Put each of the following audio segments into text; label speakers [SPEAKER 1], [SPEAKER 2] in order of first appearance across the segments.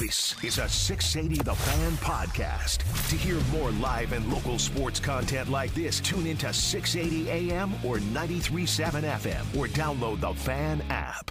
[SPEAKER 1] This is a 680 The Fan podcast. To hear more live and local sports content like this, tune into 680 AM or 937 FM or download the Fan app.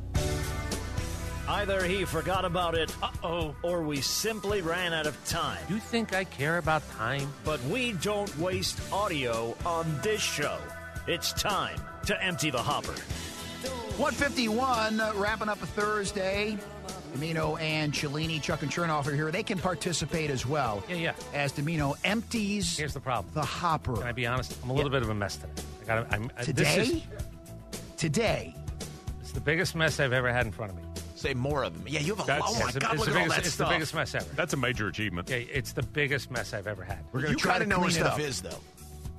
[SPEAKER 2] Either he forgot about it, uh-oh, or we simply ran out of time.
[SPEAKER 3] You think I care about time?
[SPEAKER 2] But we don't waste audio on this show. It's time to empty the hopper.
[SPEAKER 4] 151, uh, wrapping up a Thursday. Domino and Cellini, Chuck and Chernoff are here. They can participate as well.
[SPEAKER 3] Yeah, yeah.
[SPEAKER 4] As Domino empties
[SPEAKER 3] Here's the problem.
[SPEAKER 4] the hopper.
[SPEAKER 3] Can I be honest? I'm a little bit of a mess today. I got. I'm I-
[SPEAKER 4] Today?
[SPEAKER 3] This is,
[SPEAKER 4] Today.
[SPEAKER 3] it's the biggest mess I've ever had in front of me.
[SPEAKER 5] Say more of them. Yeah, you have a
[SPEAKER 6] That's-
[SPEAKER 5] oh my
[SPEAKER 3] it's the-
[SPEAKER 5] god,
[SPEAKER 3] it's
[SPEAKER 5] look
[SPEAKER 3] the
[SPEAKER 5] at all
[SPEAKER 3] biggest,
[SPEAKER 5] that
[SPEAKER 3] it's the
[SPEAKER 5] stuff.
[SPEAKER 3] biggest mess ever.
[SPEAKER 6] That's a major achievement.
[SPEAKER 3] Okay, it's the biggest mess I've ever had.
[SPEAKER 4] We're going
[SPEAKER 5] you
[SPEAKER 4] to try
[SPEAKER 5] kind
[SPEAKER 4] to
[SPEAKER 5] of know
[SPEAKER 4] clean
[SPEAKER 5] where
[SPEAKER 4] it up.
[SPEAKER 5] stuff is, though.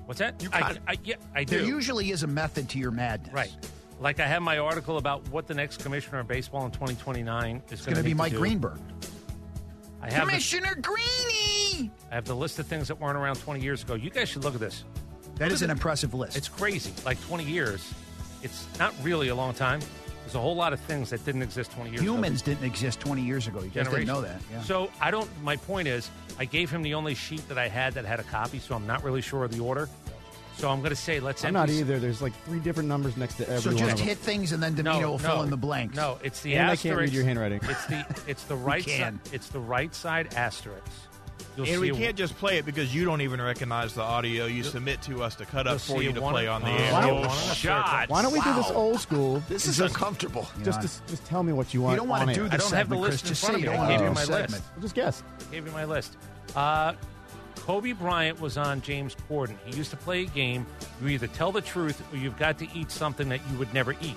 [SPEAKER 3] What's that?
[SPEAKER 5] You
[SPEAKER 3] I,
[SPEAKER 5] got it.
[SPEAKER 3] I, yeah, I do.
[SPEAKER 4] There usually is a method to your madness.
[SPEAKER 3] right. Like I have my article about what the next commissioner of baseball in 2029 is
[SPEAKER 4] It's going to be Mike Greenberg.
[SPEAKER 3] I have, the,
[SPEAKER 4] Commissioner Greeny!
[SPEAKER 3] I have the list of things that weren't around 20 years ago. You guys should look at this.
[SPEAKER 4] That is an impressive list.
[SPEAKER 3] It's crazy. Like 20 years, it's not really a long time. There's a whole lot of things that didn't exist 20 years ago.
[SPEAKER 4] Humans didn't exist 20 years ago. You guys didn't
[SPEAKER 3] generation.
[SPEAKER 4] know that. Yeah.
[SPEAKER 3] So I don't. My point is, I gave him the only sheet that I had that had a copy, so I'm not really sure of the order. So I'm going to say let's.
[SPEAKER 7] I'm
[SPEAKER 3] empty
[SPEAKER 7] not
[SPEAKER 3] s-
[SPEAKER 7] either. There's like three different numbers next to
[SPEAKER 4] So
[SPEAKER 7] every one
[SPEAKER 4] just
[SPEAKER 7] of them.
[SPEAKER 4] hit things and then
[SPEAKER 3] No,
[SPEAKER 4] Domino will
[SPEAKER 3] no,
[SPEAKER 4] fill in the blanks.
[SPEAKER 3] No, it's the
[SPEAKER 7] And I
[SPEAKER 3] asterisk.
[SPEAKER 7] can't read your handwriting.
[SPEAKER 3] It's the it's the right side.
[SPEAKER 4] can.
[SPEAKER 3] It's the right side asterisk. You'll
[SPEAKER 6] And we
[SPEAKER 3] see a-
[SPEAKER 6] can't just play it because you don't even recognize the audio you submit to us to cut
[SPEAKER 3] you'll
[SPEAKER 6] up for
[SPEAKER 3] see
[SPEAKER 6] you to
[SPEAKER 3] one
[SPEAKER 6] play
[SPEAKER 3] and-
[SPEAKER 6] on the
[SPEAKER 3] uh,
[SPEAKER 6] air.
[SPEAKER 7] one
[SPEAKER 6] Oh,
[SPEAKER 7] and a
[SPEAKER 3] circle.
[SPEAKER 6] shot.
[SPEAKER 7] Why don't we do this
[SPEAKER 5] Wow.
[SPEAKER 7] old school?
[SPEAKER 5] This
[SPEAKER 7] and
[SPEAKER 5] is
[SPEAKER 7] just,
[SPEAKER 5] uncomfortable.
[SPEAKER 7] just,
[SPEAKER 4] God.
[SPEAKER 7] just just tell me what you want.
[SPEAKER 4] You don't want
[SPEAKER 7] on
[SPEAKER 4] to do
[SPEAKER 7] air.
[SPEAKER 4] this.
[SPEAKER 3] don't have the
[SPEAKER 4] segment,
[SPEAKER 3] list
[SPEAKER 4] Chris.
[SPEAKER 3] in
[SPEAKER 4] Just say
[SPEAKER 3] front of
[SPEAKER 4] you don't
[SPEAKER 3] me. I
[SPEAKER 4] want to
[SPEAKER 3] gave
[SPEAKER 4] do
[SPEAKER 3] you
[SPEAKER 4] the
[SPEAKER 3] my
[SPEAKER 4] segment.
[SPEAKER 3] list.
[SPEAKER 7] Just guess.
[SPEAKER 3] Gave you my list. Uh, Kobe Bryant was on James Corden. He used to play a game. You either tell the truth or you've got to eat something that you would never eat.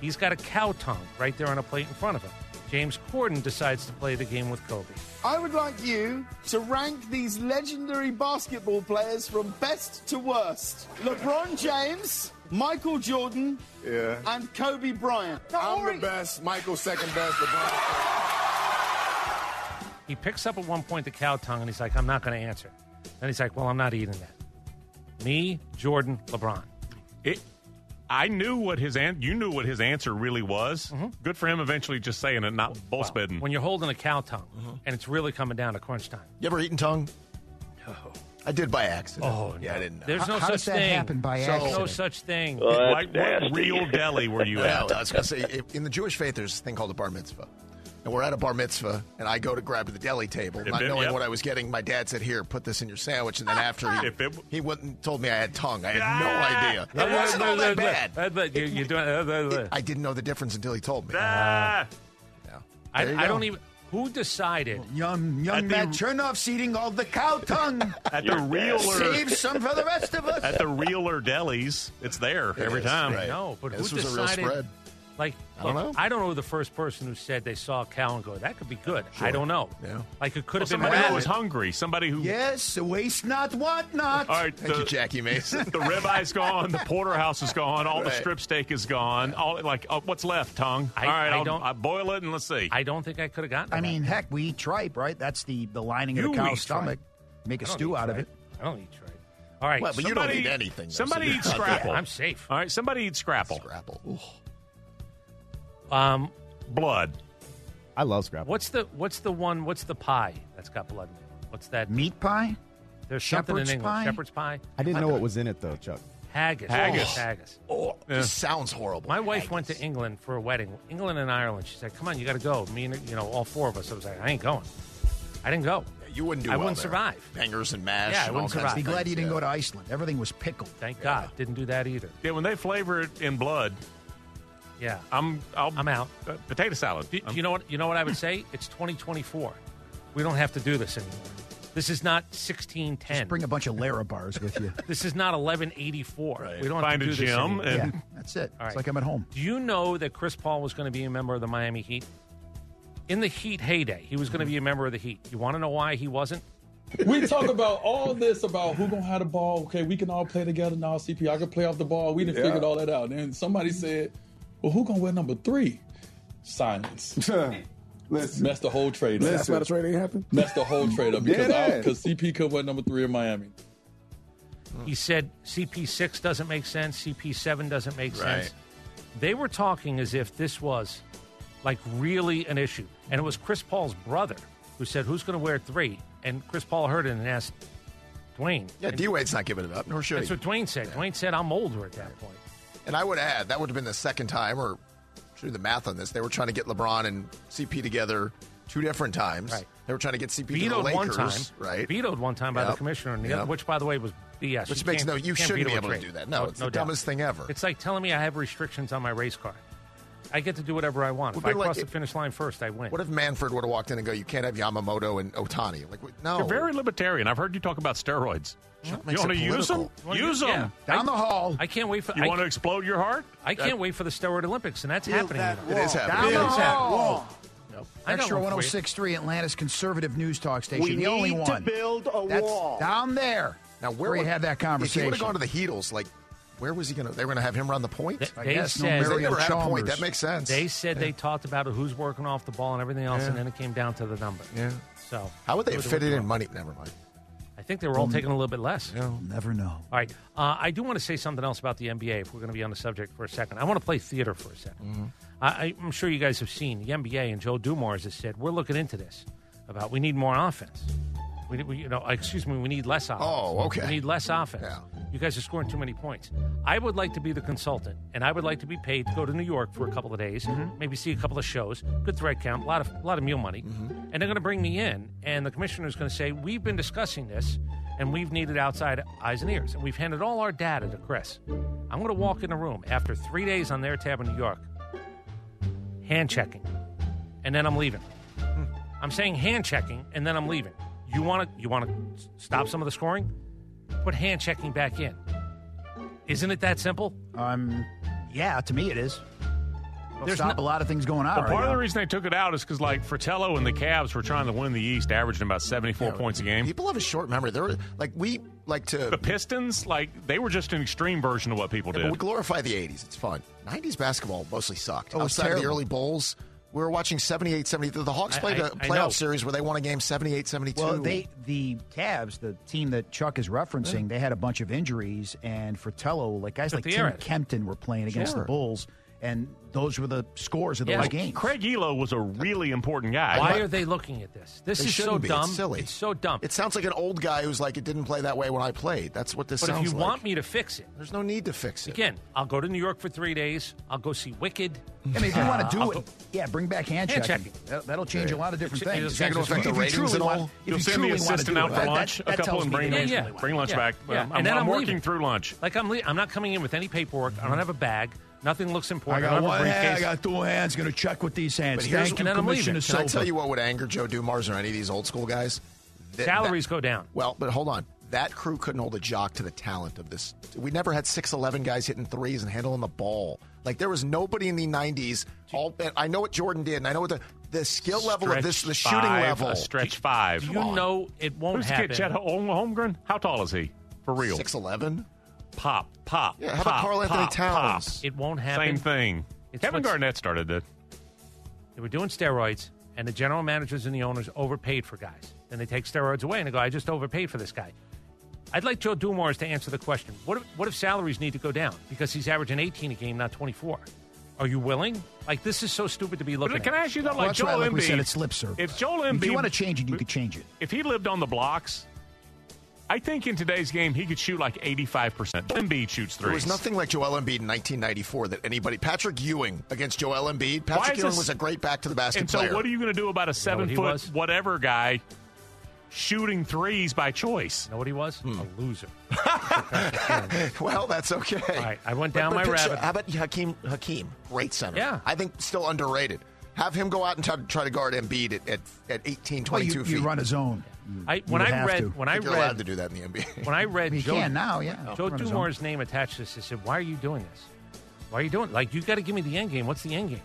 [SPEAKER 3] He's got a cow tongue right there on a plate in front of him. James Corden decides to play the game with Kobe.
[SPEAKER 8] I would like you to rank these legendary basketball players from best to worst LeBron James, Michael Jordan, and Kobe Bryant. I'm the best, Michael second best, LeBron.
[SPEAKER 3] He picks up at one point the cow tongue and he's like, I'm not going to answer. Then he's like, Well, I'm not eating that. Me, Jordan, LeBron.
[SPEAKER 6] It-
[SPEAKER 9] I knew what his an- you knew what his answer really was.
[SPEAKER 4] Mm-hmm.
[SPEAKER 9] Good for him eventually just saying it, not bull spitting.
[SPEAKER 3] When you're holding a cow tongue
[SPEAKER 4] Mm-hmm.
[SPEAKER 3] and it's really coming down to crunch time.
[SPEAKER 5] You ever eaten tongue? No. I did by accident. Oh, yeah, I didn't. Know.
[SPEAKER 3] There's
[SPEAKER 4] How-
[SPEAKER 3] no
[SPEAKER 4] how
[SPEAKER 3] such
[SPEAKER 4] does that
[SPEAKER 3] thing.
[SPEAKER 4] happen by
[SPEAKER 3] There's No
[SPEAKER 4] accident?
[SPEAKER 3] such thing.
[SPEAKER 9] like what real deli were you
[SPEAKER 5] Yeah,
[SPEAKER 9] at?
[SPEAKER 5] I was gonna say if- in the Jewish faith, there's a thing called a bar mitzvah, and we're at a bar mitzvah, and I go to grab the deli table, not
[SPEAKER 9] it-
[SPEAKER 5] knowing
[SPEAKER 9] yep.
[SPEAKER 5] what I was getting. My dad said, "Here, put this in your sandwich," and then after he,
[SPEAKER 9] If it-
[SPEAKER 5] he went and told me I had tongue, I had
[SPEAKER 9] Ah!
[SPEAKER 5] no idea. It wasn't all that bad.
[SPEAKER 3] You- you're doing- uh, uh, uh.
[SPEAKER 5] It- I didn't know the difference until he told me.
[SPEAKER 9] Ah,
[SPEAKER 3] I,
[SPEAKER 5] There you
[SPEAKER 3] I
[SPEAKER 5] go.
[SPEAKER 3] don't even. Who decided?
[SPEAKER 4] Young, young
[SPEAKER 9] At the-
[SPEAKER 4] man Chernoff's eating all the cow tongue.
[SPEAKER 9] at the realer
[SPEAKER 4] Save some for the rest of us.
[SPEAKER 9] at the realer delis, it's there every
[SPEAKER 5] is,
[SPEAKER 9] time.
[SPEAKER 5] right.
[SPEAKER 3] No, but
[SPEAKER 5] Yeah,
[SPEAKER 3] who
[SPEAKER 5] this was a real
[SPEAKER 3] decided?
[SPEAKER 5] spread.
[SPEAKER 3] Like,
[SPEAKER 2] I don't
[SPEAKER 3] look,
[SPEAKER 2] know.
[SPEAKER 3] I don't know the first person who said they saw a cow and go, that could be good. I don't know.
[SPEAKER 2] Yeah.
[SPEAKER 3] Like, it
[SPEAKER 10] Well,
[SPEAKER 3] could have been
[SPEAKER 10] somebody who
[SPEAKER 3] rabbit.
[SPEAKER 10] was hungry. Somebody who.
[SPEAKER 4] Yes, waste not, what not.
[SPEAKER 10] All right, the,
[SPEAKER 2] Jackie Mason.
[SPEAKER 10] the ribeye's gone. The porterhouse is gone. All the
[SPEAKER 3] Right.
[SPEAKER 10] strip steak is gone. All like uh, what's left? Tongue.
[SPEAKER 3] I-
[SPEAKER 10] all right,
[SPEAKER 3] I
[SPEAKER 10] I'll-
[SPEAKER 3] don't-
[SPEAKER 10] I'll boil it and let's see.
[SPEAKER 3] I don't think I could have gotten.
[SPEAKER 4] I mean, heck, we eat tripe, right? That's the, the lining of
[SPEAKER 10] You
[SPEAKER 4] the
[SPEAKER 10] eat tripe.
[SPEAKER 4] cow's stomach. Make a
[SPEAKER 3] I don't
[SPEAKER 4] stew
[SPEAKER 3] eat
[SPEAKER 4] out of
[SPEAKER 3] tripe.
[SPEAKER 4] it.
[SPEAKER 3] I don't eat tripe. All right.
[SPEAKER 2] Well, but you don't
[SPEAKER 10] somebody-
[SPEAKER 2] eat anything, though, so
[SPEAKER 10] somebody
[SPEAKER 2] you're
[SPEAKER 10] eat
[SPEAKER 2] not
[SPEAKER 10] scrapple.
[SPEAKER 2] dead.
[SPEAKER 3] I'm safe.
[SPEAKER 10] All right, somebody eat scrapple.
[SPEAKER 2] Scrapple.
[SPEAKER 3] Um,
[SPEAKER 10] blood.
[SPEAKER 11] I love scrapple.
[SPEAKER 3] What's the What's the one? What's the pie that's got blood in it? What's that?
[SPEAKER 4] Meat pie?
[SPEAKER 3] There's something in
[SPEAKER 4] shepherd's
[SPEAKER 3] England.
[SPEAKER 4] pie?
[SPEAKER 3] Shepherd's pie.
[SPEAKER 11] I didn't know what was in it though, Chuck.
[SPEAKER 3] Haggis.
[SPEAKER 10] Haggis.
[SPEAKER 3] Oh, haggis.
[SPEAKER 2] Oh, this sounds horrible.
[SPEAKER 3] My wife went to England for a wedding. England and Ireland. She said, "Come on, you got to go." Me and you know all four of us. I was like, "I ain't going." I didn't go.
[SPEAKER 2] You wouldn't do
[SPEAKER 3] I
[SPEAKER 2] well
[SPEAKER 3] wouldn't
[SPEAKER 2] there.
[SPEAKER 3] survive.
[SPEAKER 2] Bangers and mash.
[SPEAKER 3] Yeah, I
[SPEAKER 2] and all kinds
[SPEAKER 3] wouldn't
[SPEAKER 2] of
[SPEAKER 3] survive.
[SPEAKER 4] Be
[SPEAKER 2] things.
[SPEAKER 4] glad you didn't
[SPEAKER 2] Yeah.
[SPEAKER 4] go to Iceland. Everything was pickled.
[SPEAKER 3] Thank God, didn't do that either.
[SPEAKER 10] Yeah, when they flavor it in blood,
[SPEAKER 3] Yeah,
[SPEAKER 10] I'm I'll,
[SPEAKER 3] I'm out.
[SPEAKER 10] uh, potato salad.
[SPEAKER 3] Do, do you know what? You know what I would say? It's 2024. We don't have to do this anymore. This is not 1610.
[SPEAKER 4] Just bring a bunch of Lara bars with you.
[SPEAKER 3] This is not 1184.
[SPEAKER 10] Right.
[SPEAKER 3] We don't
[SPEAKER 10] Find
[SPEAKER 3] have
[SPEAKER 10] a
[SPEAKER 3] to do this
[SPEAKER 10] gym
[SPEAKER 3] anymore.
[SPEAKER 10] and-
[SPEAKER 4] yeah, that's it.
[SPEAKER 3] All right.
[SPEAKER 4] It's like I'm at home.
[SPEAKER 3] Do you know that Chris Paul was going to be a member of the Miami Heat? In the Heat heyday, he was going to
[SPEAKER 10] Mm-hmm.
[SPEAKER 3] be a member of the Heat. You want to know why he wasn't?
[SPEAKER 5] we talk about all this about who gonna have the ball. Okay, we can all play together now. CP, I can play off the ball. We didn't
[SPEAKER 9] Yeah.
[SPEAKER 5] figure all that out. And somebody said, "Well, who gonna wear number three? Silence.
[SPEAKER 9] Listen.
[SPEAKER 5] Messed the whole trade.
[SPEAKER 9] Listen.
[SPEAKER 5] up.
[SPEAKER 9] That's why the trade ain't happened.
[SPEAKER 5] Messed the whole trade up
[SPEAKER 9] Dead
[SPEAKER 5] because I-
[SPEAKER 9] ass.
[SPEAKER 5] because CP could wear number three in Miami.
[SPEAKER 10] Mm.
[SPEAKER 3] He said CP6 doesn't make sense, CP7 doesn't make sense.
[SPEAKER 2] Right.
[SPEAKER 3] They were talking as if this was like really an issue. And it was Chris Paul's brother who said, Who's going to wear three? And Chris Paul heard it and asked Dwayne.
[SPEAKER 2] Yeah,
[SPEAKER 3] And
[SPEAKER 2] D Wade's not giving it up, nor should
[SPEAKER 3] that's
[SPEAKER 2] he.
[SPEAKER 3] what Dwayne said. Dwayne said, I'm older at that point.
[SPEAKER 2] And I would add that would have been the second time, or should do the math on this. They were trying to get LeBron and CP together two different times.
[SPEAKER 3] Right.
[SPEAKER 2] They were trying to get CP to the
[SPEAKER 3] Vetoed
[SPEAKER 2] Lakers,
[SPEAKER 3] one time.
[SPEAKER 2] right?
[SPEAKER 3] Vetoed one time by the
[SPEAKER 2] Yep.
[SPEAKER 3] commissioner, and the
[SPEAKER 2] Yep.
[SPEAKER 3] other, which, by the way, was BS.
[SPEAKER 2] Which makes
[SPEAKER 3] can't-
[SPEAKER 2] no- you
[SPEAKER 3] can't
[SPEAKER 2] shouldn't
[SPEAKER 3] veto
[SPEAKER 2] be
[SPEAKER 3] a
[SPEAKER 2] able to
[SPEAKER 3] trade.
[SPEAKER 2] do that. No, it's the
[SPEAKER 3] doubt.
[SPEAKER 2] dumbest thing ever.
[SPEAKER 3] It's like telling me I have restrictions on my race car. I get to do whatever I want.
[SPEAKER 2] Would
[SPEAKER 3] if I
[SPEAKER 2] be like-
[SPEAKER 3] cross the finish line first, I win.
[SPEAKER 2] What if Manford would have walked in and go, "You can't have Yamamoto and Otani"? Like, w- no,
[SPEAKER 10] They're very libertarian. I've heard you talk about steroids. You
[SPEAKER 2] makes
[SPEAKER 10] want to
[SPEAKER 2] it
[SPEAKER 10] use them?
[SPEAKER 2] political.
[SPEAKER 3] Wanna
[SPEAKER 10] Use
[SPEAKER 3] do-
[SPEAKER 10] them.
[SPEAKER 3] yeah.
[SPEAKER 4] Down
[SPEAKER 3] I-
[SPEAKER 4] the hall.
[SPEAKER 3] I can't wait for.
[SPEAKER 10] You
[SPEAKER 3] I,
[SPEAKER 10] want to explode your heart?
[SPEAKER 3] I can't wait for the steroid Olympics, and that's happening.
[SPEAKER 2] it is
[SPEAKER 4] Down
[SPEAKER 2] happening.
[SPEAKER 4] the
[SPEAKER 3] It's happening.
[SPEAKER 4] hall.
[SPEAKER 3] I got
[SPEAKER 4] Extra
[SPEAKER 3] one for you.
[SPEAKER 4] 1063 Atlanta's conservative news talk station.
[SPEAKER 9] We
[SPEAKER 4] the only
[SPEAKER 9] need to
[SPEAKER 4] one.
[SPEAKER 9] build a
[SPEAKER 4] That's
[SPEAKER 9] wall.
[SPEAKER 4] down there.
[SPEAKER 2] Now, where
[SPEAKER 4] we
[SPEAKER 2] would-
[SPEAKER 4] have that
[SPEAKER 2] If he
[SPEAKER 4] conversation.
[SPEAKER 2] would have gone to the Heatles, like, where was he going to? They were going to have him run the point.
[SPEAKER 3] They-
[SPEAKER 4] I
[SPEAKER 3] they
[SPEAKER 4] guess no
[SPEAKER 3] said-
[SPEAKER 2] they
[SPEAKER 4] Mario
[SPEAKER 2] never had a point.
[SPEAKER 4] Chalmers.
[SPEAKER 2] That makes sense.
[SPEAKER 3] They said they talked about who's working off the ball and everything else, and then it came down to the number.
[SPEAKER 2] Yeah.
[SPEAKER 3] So
[SPEAKER 2] How would they
[SPEAKER 3] who
[SPEAKER 2] have fit it
[SPEAKER 3] win?
[SPEAKER 2] in money? Never mind.
[SPEAKER 3] I think they were all taking a little bit less.
[SPEAKER 4] We'll never know.
[SPEAKER 3] All right. Uh, I do want to say something else about the NBA if we're going to be on the subject for a second. I want to play theater for a 2nd
[SPEAKER 2] Mm-hmm.
[SPEAKER 3] I, I'm sure you guys have seen the NBA and Joe Dumars has said, we're looking into this about we need more offense. We, we, you know, excuse me, we need less offense.
[SPEAKER 2] Oh, okay.
[SPEAKER 3] We need less offense.
[SPEAKER 2] Yeah.
[SPEAKER 3] You guys are scoring too many points. I would like to be the consultant, and I would like to be paid to go to New York for a couple of days, maybe see a couple of shows, good thread count, a lot of a lot of meal money, and they're going to bring me in, and the commissioner's going to say we've been discussing this, and we've needed outside eyes and ears, and we've handed all our data to Chris. I'm going to walk in a room after three days on their tab in New York, hand checking, and then I'm leaving. I'm saying hand checking, and then I'm leaving. You want to you want to stop some of the scoring? Put hand checking back in. Isn't it that simple?
[SPEAKER 4] Um, yeah, to me it is. It'll
[SPEAKER 3] There's
[SPEAKER 4] stop
[SPEAKER 3] no-
[SPEAKER 4] a lot of things going on.
[SPEAKER 10] Well,
[SPEAKER 4] right
[SPEAKER 10] part of
[SPEAKER 4] now.
[SPEAKER 10] the reason they took it out is because like Fratello and the Cavs were trying to win the East, averaging about seventy-four points a game.
[SPEAKER 2] People have a short memory. They're like we like to
[SPEAKER 10] the Pistons, like they were just an extreme version of what people
[SPEAKER 2] Yeah, but
[SPEAKER 10] did.
[SPEAKER 2] we glorify the 80s. It's fun. 90s basketball mostly sucked.
[SPEAKER 4] Oh, it's
[SPEAKER 2] Outside of the
[SPEAKER 4] terrible.
[SPEAKER 2] early bowls, we were watching 78 70. The Hawks
[SPEAKER 3] I-
[SPEAKER 2] played a
[SPEAKER 3] I- I know.
[SPEAKER 2] playoff series where they won a game 78 72.
[SPEAKER 4] Well, they the Cavs, the team that Chuck is referencing, they had a bunch of injuries, and Fratello, like guys
[SPEAKER 3] Took
[SPEAKER 4] like
[SPEAKER 3] the
[SPEAKER 4] Tim
[SPEAKER 3] air out of it.
[SPEAKER 4] Kempton, were playing against
[SPEAKER 2] Sure.
[SPEAKER 4] the Bulls, and those were the scores of those
[SPEAKER 3] Yeah.
[SPEAKER 4] games.
[SPEAKER 10] Craig Elo was a really important guy.
[SPEAKER 3] Why are they looking at this? This
[SPEAKER 2] They
[SPEAKER 3] is so
[SPEAKER 2] shouldn't be.
[SPEAKER 3] dumb.
[SPEAKER 2] It's silly.
[SPEAKER 3] so dumb.
[SPEAKER 2] It sounds like an old guy who's like, it didn't play that way when I played. That's what this
[SPEAKER 3] but if
[SPEAKER 2] sounds
[SPEAKER 3] you
[SPEAKER 2] like.
[SPEAKER 3] want me to fix it,
[SPEAKER 2] There's no need to fix it.
[SPEAKER 3] again, I'll go to New York for three days. I'll go see Wicked.
[SPEAKER 4] I mean, if you want to do
[SPEAKER 3] I'll
[SPEAKER 4] it,
[SPEAKER 3] go-
[SPEAKER 4] yeah, bring back hand,
[SPEAKER 3] Hand
[SPEAKER 4] checking.
[SPEAKER 3] checking.
[SPEAKER 4] That, that'll change a lot of different
[SPEAKER 3] It ch-
[SPEAKER 4] things.
[SPEAKER 3] it's not gonna affect
[SPEAKER 2] the
[SPEAKER 4] If you
[SPEAKER 2] ratings
[SPEAKER 4] truly
[SPEAKER 2] at
[SPEAKER 4] want-
[SPEAKER 2] all.
[SPEAKER 4] if
[SPEAKER 10] You'll
[SPEAKER 4] you
[SPEAKER 10] send the
[SPEAKER 4] truly want to
[SPEAKER 10] assistant
[SPEAKER 4] do
[SPEAKER 10] out
[SPEAKER 4] it,
[SPEAKER 10] for
[SPEAKER 4] that-
[SPEAKER 10] lunch,
[SPEAKER 4] that-
[SPEAKER 10] a
[SPEAKER 4] that
[SPEAKER 10] couple,
[SPEAKER 4] tells
[SPEAKER 10] and
[SPEAKER 4] me
[SPEAKER 10] bring
[SPEAKER 4] that
[SPEAKER 3] Yeah,
[SPEAKER 10] lunch,
[SPEAKER 4] it's
[SPEAKER 3] yeah.
[SPEAKER 4] really-
[SPEAKER 10] bring lunch
[SPEAKER 3] Yeah.
[SPEAKER 10] back.
[SPEAKER 3] Yeah.
[SPEAKER 10] I'm,
[SPEAKER 3] And then
[SPEAKER 10] I'm
[SPEAKER 3] I'm
[SPEAKER 10] working
[SPEAKER 3] leaving.
[SPEAKER 10] through lunch.
[SPEAKER 3] Like I'm, le- I'm not coming in with any paperwork. I don't have a bag. Nothing looks
[SPEAKER 4] I
[SPEAKER 3] important.
[SPEAKER 4] got
[SPEAKER 3] don't
[SPEAKER 4] one
[SPEAKER 3] have a
[SPEAKER 4] hand, I
[SPEAKER 3] briefcase.
[SPEAKER 4] got two hands. Going to check with these hands.
[SPEAKER 2] But here's-
[SPEAKER 4] Thank
[SPEAKER 3] and
[SPEAKER 4] you,
[SPEAKER 3] then I'm
[SPEAKER 4] Commissioner
[SPEAKER 3] leaving.
[SPEAKER 2] Can I tell
[SPEAKER 4] Silva.
[SPEAKER 2] you what would anger Joe Dumars or any of these old school guys? Th-
[SPEAKER 3] Salaries
[SPEAKER 2] that-
[SPEAKER 3] go down.
[SPEAKER 2] Well, but hold on. That crew couldn't hold a jock to the talent of this. We never had 6'11 guys hitting threes and handling the ball. Like there was nobody in the '90s. All and I know what Jordan did, and I know what the the skill level of this, the shooting
[SPEAKER 12] five,
[SPEAKER 2] level.
[SPEAKER 12] A stretch five.
[SPEAKER 2] you know
[SPEAKER 3] it won't
[SPEAKER 12] Who's
[SPEAKER 2] happen.
[SPEAKER 12] Who's kid? Chad Hol- Holmgren? How tall is he? For real?
[SPEAKER 2] 6'11".
[SPEAKER 12] Pop, pop.
[SPEAKER 2] Yeah, how about
[SPEAKER 12] pop,
[SPEAKER 2] Karl Anthony
[SPEAKER 12] pop,
[SPEAKER 2] Towns?
[SPEAKER 12] pop.
[SPEAKER 3] It won't happen.
[SPEAKER 12] Same thing.
[SPEAKER 3] It's
[SPEAKER 12] Kevin
[SPEAKER 3] what's-
[SPEAKER 12] Garnett started that.
[SPEAKER 3] They were doing steroids, and the general managers and the owners overpaid for guys. Then they take steroids away and they go, I just overpaid for this guy. I'd like Joe Dumars to answer the question what if, what if salaries need to go down? Because he's averaging 18 a game, not 24. Are you willing? Like, this is so stupid to be looking
[SPEAKER 12] But can
[SPEAKER 3] at.
[SPEAKER 12] I ask you though,
[SPEAKER 4] Well,
[SPEAKER 12] like
[SPEAKER 4] that's why,
[SPEAKER 12] Joel
[SPEAKER 4] like
[SPEAKER 12] Embiid?
[SPEAKER 4] we said, it's lip service.
[SPEAKER 12] If Joel Embiid,
[SPEAKER 4] If you want to change it, you could change it.
[SPEAKER 12] if he lived on the blocks, I think in today's game he could shoot like eighty-five percent. Embiid shoots threes.
[SPEAKER 2] There was nothing like Joel Embiid in 1994 that anybody. Patrick Ewing against Joel Embiid.
[SPEAKER 12] Why
[SPEAKER 2] Patrick
[SPEAKER 12] is
[SPEAKER 2] Ewing
[SPEAKER 12] this-
[SPEAKER 2] was a great back to the basket
[SPEAKER 12] And so,
[SPEAKER 2] player.
[SPEAKER 12] what are you going to do about a
[SPEAKER 3] he
[SPEAKER 12] seven-foot
[SPEAKER 3] was?
[SPEAKER 12] whatever guy shooting threes by choice?
[SPEAKER 3] know what he was?
[SPEAKER 12] Hmm.
[SPEAKER 3] A loser.
[SPEAKER 2] well, that's okay. All
[SPEAKER 3] right, I went down my rabbit-
[SPEAKER 2] How about Hakeem? Hakeem, great center.
[SPEAKER 3] Yeah.
[SPEAKER 2] I think still underrated. Have him go out and try, try to guard Embiid at, at, at 18, 22
[SPEAKER 4] Well, you,
[SPEAKER 2] feet.
[SPEAKER 4] you run a zone.
[SPEAKER 3] I, when I read, when I
[SPEAKER 2] you're
[SPEAKER 3] read,
[SPEAKER 2] allowed to do that in the NBA.
[SPEAKER 3] when I read
[SPEAKER 4] He
[SPEAKER 3] Joe,
[SPEAKER 4] can now, yeah.
[SPEAKER 3] Joe
[SPEAKER 4] Run his own.
[SPEAKER 3] Dumars' name attached to this, I said, "Why are you doing this? Why are you doing? Like, you got to give me the end game. What's the end game?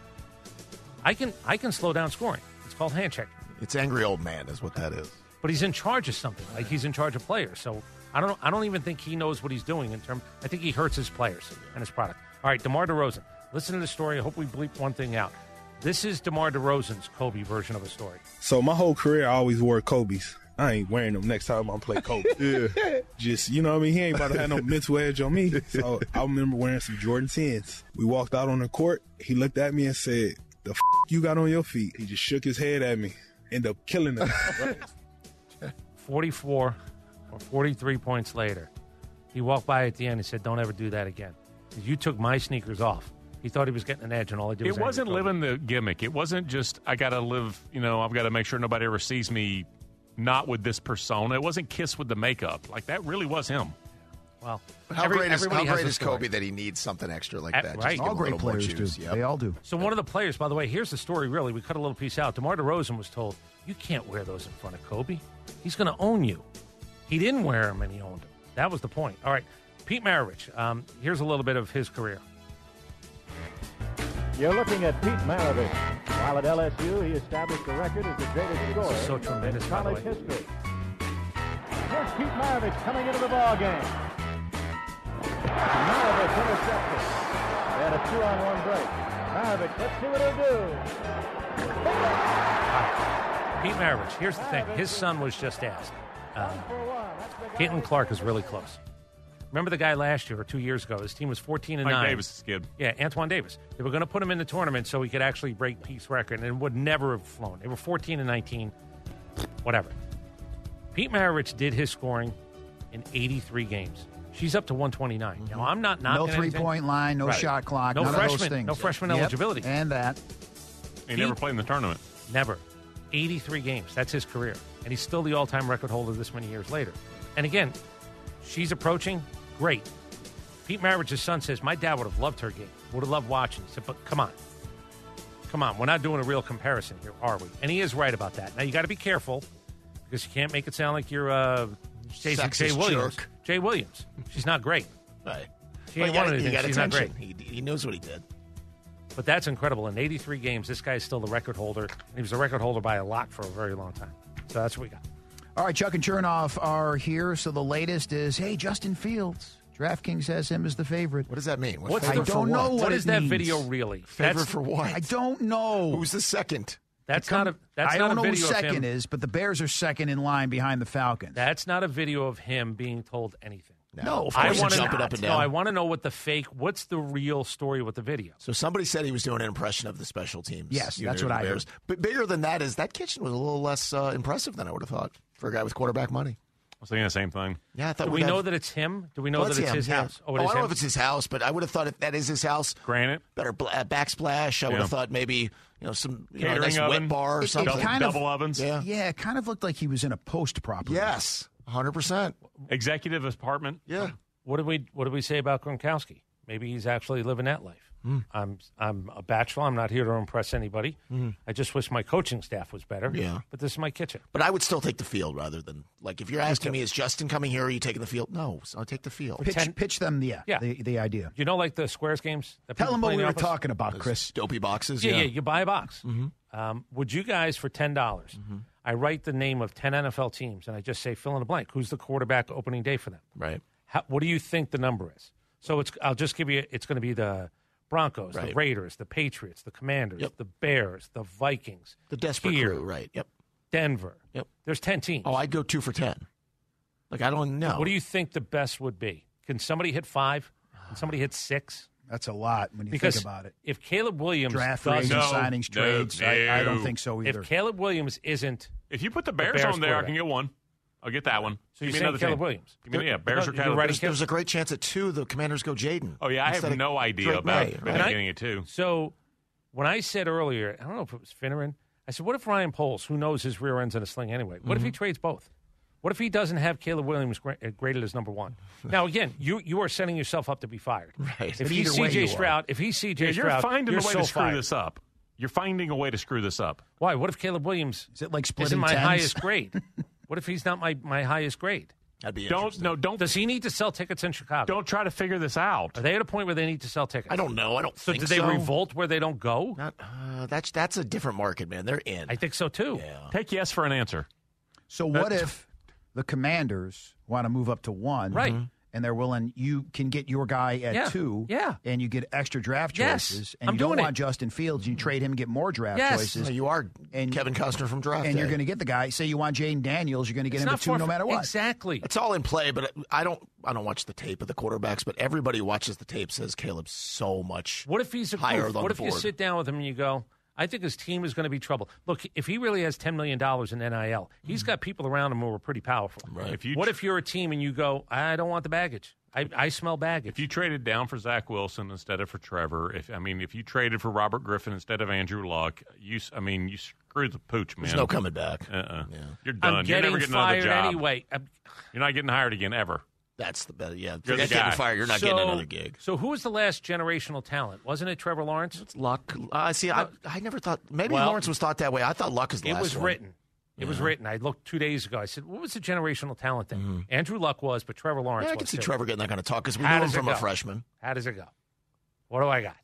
[SPEAKER 3] I can, I can slow down scoring. It's called hand check.
[SPEAKER 2] It's angry old man, is what that is.
[SPEAKER 3] But he's in charge of something. Like he's in charge of players. So I don't, I don't even think he knows what he's doing in terms. I think he hurts his players and his product. All right, Demar Derozan. Listen to the story. I hope we bleep one thing out. This is Demar Derozan's Kobe version of a story.
[SPEAKER 5] So my whole career, I always wore Kobe's. I ain't wearing them next time I'm play Kobe. yeah. Just you know what I mean. He ain't about to have no mental edge on me. So I remember wearing some Jordan tens. We walked out on the court. He looked at me and said, "The f- you got on your feet." He just shook his head at me. End up killing him.
[SPEAKER 3] 44 or 43 points later. He walked by at the end and said, Don't ever do that again. You took my sneakers off. He thought he was getting an edge, and all he did was
[SPEAKER 12] It wasn't
[SPEAKER 3] angry.
[SPEAKER 12] living the gimmick. It wasn't just I gotta live. You know, I've got to make sure nobody ever sees me not with this persona. It wasn't Kiss with the makeup. Like that really was him.
[SPEAKER 3] Well,
[SPEAKER 2] How
[SPEAKER 3] every-
[SPEAKER 2] great is, how
[SPEAKER 3] everybody has
[SPEAKER 2] great
[SPEAKER 3] a
[SPEAKER 2] is
[SPEAKER 3] story.
[SPEAKER 2] Kobe that he needs something extra like
[SPEAKER 3] At-
[SPEAKER 2] that?
[SPEAKER 3] right.
[SPEAKER 2] Just give
[SPEAKER 3] All
[SPEAKER 2] him a
[SPEAKER 3] great
[SPEAKER 2] little more
[SPEAKER 3] players
[SPEAKER 2] juice.
[SPEAKER 3] do.
[SPEAKER 2] Yep.
[SPEAKER 4] They all do.
[SPEAKER 3] So one of the players, by the way, here's the story. Really, we cut a little piece out. Demar Derozan was told, "You can't wear those in front of Kobe. He's going to own you." He didn't wear them, and he owned them. That was the point. All right, Pete Maravich. Um, here's a little bit of his career.
[SPEAKER 13] You're looking at Pete Maravich. While at LSU, he established a record as the greatest scorer
[SPEAKER 3] So tremendous,
[SPEAKER 13] in
[SPEAKER 3] by the
[SPEAKER 13] college
[SPEAKER 3] way.
[SPEAKER 13] history. Here's Pete Maravich coming into the ball game. Maravich intercepted. They had a two-on-one break. Maravich, let's see what he'll do.
[SPEAKER 3] Pete Maravich. Here's the thing. His son was just asked. Um, Caitlin Clark is really close. Remember the guy last year or two years ago? His team was 14 and
[SPEAKER 12] Mike
[SPEAKER 3] 9.
[SPEAKER 12] Davis' kid.
[SPEAKER 3] Yeah, Antoine Davis. They were going to put him in the tournament so he could actually break Pete's record and it would never have flown. They were 14 and 19. Whatever. Pete Maravich did his scoring in 83 games. She's up to 129.
[SPEAKER 12] Mm-hmm.
[SPEAKER 3] Now, I'm not
[SPEAKER 4] No
[SPEAKER 3] knocking
[SPEAKER 4] three
[SPEAKER 3] anything.
[SPEAKER 4] point line, no
[SPEAKER 3] Right.
[SPEAKER 4] shot clock,
[SPEAKER 3] no
[SPEAKER 4] none
[SPEAKER 3] freshman,
[SPEAKER 4] of those things.
[SPEAKER 3] No freshman
[SPEAKER 4] Yep.
[SPEAKER 3] eligibility.
[SPEAKER 4] And that.
[SPEAKER 12] He never played in the tournament.
[SPEAKER 3] Never. 83 games. That's his career. And he's still the all time record holder this many years later. And again, she's approaching. Great. Pete Maravich's son says, My dad would have loved her game, would have loved watching. He said, But come on. Come on. We're not doing a real comparison here, are we? And he is right about that. Now, you got to be careful because you can't make it sound like you're uh, Jason Jay
[SPEAKER 2] Sexist
[SPEAKER 3] Williams.
[SPEAKER 2] jerk.
[SPEAKER 3] Jay Williams. She's not great.
[SPEAKER 2] Right.
[SPEAKER 3] She ain't won anything. She's not great.
[SPEAKER 2] He, he knows what he did.
[SPEAKER 3] But that's incredible. In 83 games, this guy's still the record holder. And he was a record holder by a lot for a very long time. So that's what we got.
[SPEAKER 4] All right, Chuck and Chernoff are here. So the latest is, hey, Justin Fields. DraftKings has him as the favorite. What
[SPEAKER 2] does that mean?
[SPEAKER 3] What's
[SPEAKER 4] I
[SPEAKER 3] the-
[SPEAKER 4] don't know what,
[SPEAKER 3] What
[SPEAKER 4] it
[SPEAKER 3] is that
[SPEAKER 4] means.
[SPEAKER 3] video really?
[SPEAKER 2] Favor for what?
[SPEAKER 4] I don't know.
[SPEAKER 2] Who's the second?
[SPEAKER 3] That's not a. That's
[SPEAKER 4] I
[SPEAKER 3] not
[SPEAKER 4] don't
[SPEAKER 3] a
[SPEAKER 4] know who
[SPEAKER 3] video of
[SPEAKER 4] second
[SPEAKER 3] him.
[SPEAKER 4] is, but the Bears are second in line behind the Falcons.
[SPEAKER 3] That's not a video of him being told anything.
[SPEAKER 4] No, of
[SPEAKER 3] I
[SPEAKER 4] course
[SPEAKER 3] want
[SPEAKER 4] it's
[SPEAKER 3] to
[SPEAKER 4] jumping up and
[SPEAKER 3] No,
[SPEAKER 4] down.
[SPEAKER 3] I want to know what the fake. What's the real story with the video?
[SPEAKER 2] So somebody said he was doing an impression of the special teams.
[SPEAKER 4] Yes,
[SPEAKER 2] unit
[SPEAKER 4] that's
[SPEAKER 2] of
[SPEAKER 4] what
[SPEAKER 2] the
[SPEAKER 4] I heard.
[SPEAKER 2] Bears. But bigger than that is that kitchen was a little less uh, impressive than I would have thought for a guy with quarterback money.
[SPEAKER 12] I was thinking the same thing.
[SPEAKER 2] Yeah, I thought
[SPEAKER 3] Do we
[SPEAKER 2] we'd
[SPEAKER 3] know
[SPEAKER 2] have-
[SPEAKER 3] that it's him? Do we know
[SPEAKER 2] Oh,
[SPEAKER 3] that it's
[SPEAKER 2] him,
[SPEAKER 3] his
[SPEAKER 2] yeah.
[SPEAKER 3] house?
[SPEAKER 2] Oh,
[SPEAKER 3] it
[SPEAKER 2] I
[SPEAKER 3] is
[SPEAKER 2] don't know
[SPEAKER 3] him?
[SPEAKER 2] if it's his house, but I would have thought if that is his house,
[SPEAKER 12] granite,
[SPEAKER 2] better bl- uh, backsplash. I would
[SPEAKER 12] Yeah.
[SPEAKER 2] have thought maybe you know some you know, a
[SPEAKER 12] Catering
[SPEAKER 2] nice
[SPEAKER 12] oven.
[SPEAKER 2] wet bar or
[SPEAKER 12] It- it
[SPEAKER 2] something.
[SPEAKER 12] kind of- Double ovens.
[SPEAKER 2] Yeah.
[SPEAKER 4] Yeah, it kind of looked like he was in a post properly.
[SPEAKER 2] Yes, hundred percent.
[SPEAKER 12] Executive apartment.
[SPEAKER 2] Yeah.
[SPEAKER 3] What did we What did we say about Gronkowski? Maybe he's actually living that life.
[SPEAKER 2] Hmm.
[SPEAKER 3] I'm I'm a bachelor. I'm not here to impress anybody.
[SPEAKER 2] Mhm.
[SPEAKER 3] I just wish my coaching staff was better.
[SPEAKER 2] Yeah.
[SPEAKER 3] But this is my kitchen.
[SPEAKER 2] But I would still take the field rather than like if you're asking me, is Justin coming here? Or are you taking the field? No, so I'll take the field.
[SPEAKER 3] Pitch- Pretend-
[SPEAKER 4] pitch them the uh,
[SPEAKER 3] Yeah.
[SPEAKER 4] the, the idea.
[SPEAKER 3] You know, like the squares games. That
[SPEAKER 4] Tell
[SPEAKER 3] people
[SPEAKER 4] them
[SPEAKER 3] play
[SPEAKER 4] what
[SPEAKER 3] in
[SPEAKER 4] we
[SPEAKER 3] the
[SPEAKER 4] were
[SPEAKER 3] office?
[SPEAKER 4] talking about, Chris.
[SPEAKER 2] Dopey boxes.
[SPEAKER 3] Yeah, yeah, you buy a box.
[SPEAKER 2] Mm-hmm.
[SPEAKER 3] Um, would you guys, for $10, dollars I write the name of 10 NFL teams and I just say, fill in the blank. Who's the quarterback opening day for them?
[SPEAKER 2] Right.
[SPEAKER 3] How, what do you think the number is? So it's, I'll just give you, it's going to be the Broncos, the
[SPEAKER 2] Right.
[SPEAKER 3] Raiders, the Patriots, the Commanders,
[SPEAKER 2] Yep.
[SPEAKER 3] the Bears, the Vikings,
[SPEAKER 2] The desperate
[SPEAKER 3] Here.
[SPEAKER 2] crew, right? Yep.
[SPEAKER 3] Denver.
[SPEAKER 2] Yep.
[SPEAKER 3] There's 10 teams.
[SPEAKER 2] Oh, I'd go two for ten. Like I don't know.
[SPEAKER 3] What do you think the best would be? Can somebody hit five? Can somebody hit six?
[SPEAKER 4] That's a lot when you
[SPEAKER 3] because
[SPEAKER 4] think about it.
[SPEAKER 3] if Caleb Williams
[SPEAKER 4] Draft
[SPEAKER 3] doesn't-
[SPEAKER 4] rates, No, signings, no, trades, I- I don't no. think so either.
[SPEAKER 3] If Caleb Williams isn't,
[SPEAKER 5] if you put the Bears, on there, I can get one. I'll get that one.
[SPEAKER 3] So you're
[SPEAKER 5] Give me
[SPEAKER 3] saying
[SPEAKER 5] another
[SPEAKER 3] Caleb
[SPEAKER 5] team.
[SPEAKER 3] Williams.
[SPEAKER 5] Give me, yeah,
[SPEAKER 3] No,
[SPEAKER 5] Bears
[SPEAKER 3] no,
[SPEAKER 5] or
[SPEAKER 3] you're
[SPEAKER 5] Caleb.
[SPEAKER 3] right,
[SPEAKER 2] There's, there's a great chance at two. The Commanders go Jaden.
[SPEAKER 5] Oh yeah, I
[SPEAKER 2] Instead
[SPEAKER 5] have
[SPEAKER 2] of
[SPEAKER 5] no idea
[SPEAKER 2] Drake
[SPEAKER 5] about
[SPEAKER 2] May,
[SPEAKER 5] them
[SPEAKER 2] right?
[SPEAKER 5] getting it too.
[SPEAKER 3] So when I said earlier, I don't know if it was Finneran, I said, what if Ryan Poles, who knows his rear end's in a sling anyway, what if
[SPEAKER 5] Mm-hmm.
[SPEAKER 3] he trades both? What if he doesn't have Caleb Williams gra- uh, graded as number one? Now, again, you you are setting yourself up to be fired. Right. If
[SPEAKER 5] But
[SPEAKER 3] he's
[SPEAKER 5] either way
[SPEAKER 3] CJ
[SPEAKER 5] you are.
[SPEAKER 3] Stroud, if he's CJ
[SPEAKER 5] Yeah, you're
[SPEAKER 3] Stroud,
[SPEAKER 5] finding
[SPEAKER 3] you're
[SPEAKER 5] a way
[SPEAKER 3] so
[SPEAKER 5] to screw
[SPEAKER 3] fired.
[SPEAKER 5] this up. You're finding a way to screw this up.
[SPEAKER 3] Why? What if Caleb Williams
[SPEAKER 4] is it like
[SPEAKER 3] isn't my highest grade? what if he's not my, my highest grade?
[SPEAKER 2] That'd be
[SPEAKER 5] Don't no don't.
[SPEAKER 3] Does he need to sell tickets in Chicago?
[SPEAKER 5] Don't try to figure this out.
[SPEAKER 3] Are they at a point where they need to sell tickets?
[SPEAKER 2] I don't know. I don't
[SPEAKER 3] So
[SPEAKER 2] think
[SPEAKER 3] do they
[SPEAKER 2] so.
[SPEAKER 3] revolt where they don't go?
[SPEAKER 2] Not, uh, that's that's a different market, man. They're in.
[SPEAKER 3] I think so too.
[SPEAKER 5] Take yes for an answer.
[SPEAKER 4] So
[SPEAKER 2] Uh,
[SPEAKER 4] what if the commanders want to move up to one?
[SPEAKER 3] Right. Mhm.
[SPEAKER 4] And they're willing, you can get your guy at
[SPEAKER 3] Yeah,
[SPEAKER 4] two.
[SPEAKER 3] yeah.
[SPEAKER 4] And you get extra draft
[SPEAKER 3] Yes,
[SPEAKER 4] choices. And
[SPEAKER 3] I'm
[SPEAKER 4] you don't
[SPEAKER 3] doing
[SPEAKER 4] want
[SPEAKER 3] it.
[SPEAKER 4] Justin Fields. You trade him and get more draft
[SPEAKER 3] Yes.
[SPEAKER 4] choices.
[SPEAKER 3] No,
[SPEAKER 2] you are
[SPEAKER 4] and,
[SPEAKER 2] Kevin Costner from draft.
[SPEAKER 4] And you're
[SPEAKER 2] Day.
[SPEAKER 4] going to get the guy. Say you want Jaden Daniels, you're going to get
[SPEAKER 2] It's
[SPEAKER 4] him at
[SPEAKER 2] not
[SPEAKER 4] two
[SPEAKER 2] far
[SPEAKER 4] no
[SPEAKER 2] from-
[SPEAKER 4] matter what.
[SPEAKER 3] Exactly.
[SPEAKER 2] It's all in play, but uh, I don't. I don't watch the tape of the quarterbacks, but everybody watches the tape. Says Caleb's so much.
[SPEAKER 3] What if he's a
[SPEAKER 2] higher
[SPEAKER 3] goof?
[SPEAKER 2] than
[SPEAKER 3] What
[SPEAKER 2] the
[SPEAKER 3] if you
[SPEAKER 2] board.
[SPEAKER 3] sit down with him and you go, I think his team is going to be trouble. Look, if he really has $10 million in NIL, he's got people around him who are pretty powerful.
[SPEAKER 5] Right. If you
[SPEAKER 3] what if you're a team and you go, I don't want the baggage? I, I smell baggage.
[SPEAKER 5] If you traded down for Zach Wilson instead of for Trevor, if I mean, if you traded for Robert Griffin instead of Andrew Luck, you s- I mean, you screwed the pooch, man.
[SPEAKER 2] There's no coming back.
[SPEAKER 5] Uh-uh. You're
[SPEAKER 3] I'm
[SPEAKER 5] done. You're
[SPEAKER 3] getting
[SPEAKER 5] never getting
[SPEAKER 3] fired
[SPEAKER 5] another job.
[SPEAKER 3] anyway. I'm-
[SPEAKER 5] You're not getting hired again ever.
[SPEAKER 2] That's the better. Yeah,
[SPEAKER 5] You're the
[SPEAKER 2] forget getting
[SPEAKER 5] guy.
[SPEAKER 2] fired. You're not
[SPEAKER 3] So-
[SPEAKER 2] getting another gig.
[SPEAKER 3] So who was the last generational talent? Wasn't it Trevor Lawrence?
[SPEAKER 2] It's Luck. Uh, I see. I, I never thought. Maybe
[SPEAKER 3] Well-
[SPEAKER 2] Lawrence was thought that way. I thought Luck is the
[SPEAKER 3] It
[SPEAKER 2] last
[SPEAKER 3] was
[SPEAKER 2] one.
[SPEAKER 3] written. It
[SPEAKER 2] Yeah.
[SPEAKER 3] was
[SPEAKER 2] Mm-hmm.
[SPEAKER 3] written. I looked two days ago. I said, "What was the generational talent thing?" Andrew Luck was, but Trevor Lawrence.
[SPEAKER 2] Yeah, I
[SPEAKER 3] was
[SPEAKER 2] can see
[SPEAKER 3] too.
[SPEAKER 2] Trevor getting that kind of talk because we knew
[SPEAKER 3] How
[SPEAKER 2] him
[SPEAKER 3] does it
[SPEAKER 2] from a
[SPEAKER 3] go?
[SPEAKER 2] freshman.
[SPEAKER 3] How does it go? What do I got?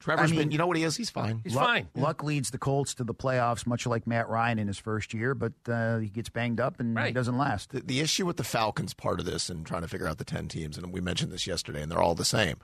[SPEAKER 2] Trevor's
[SPEAKER 4] I mean-
[SPEAKER 2] been. You know what he is? He's fine.
[SPEAKER 3] He's
[SPEAKER 4] Luck,
[SPEAKER 3] fine.
[SPEAKER 4] Luck leads the Colts to the playoffs, much like Matt Ryan in his first year, but uh, he gets banged up and he
[SPEAKER 3] Right.
[SPEAKER 4] doesn't last.
[SPEAKER 2] The, the issue with the Falcons part of this and trying to figure out the 10 teams, and we mentioned this yesterday, and they're all the same.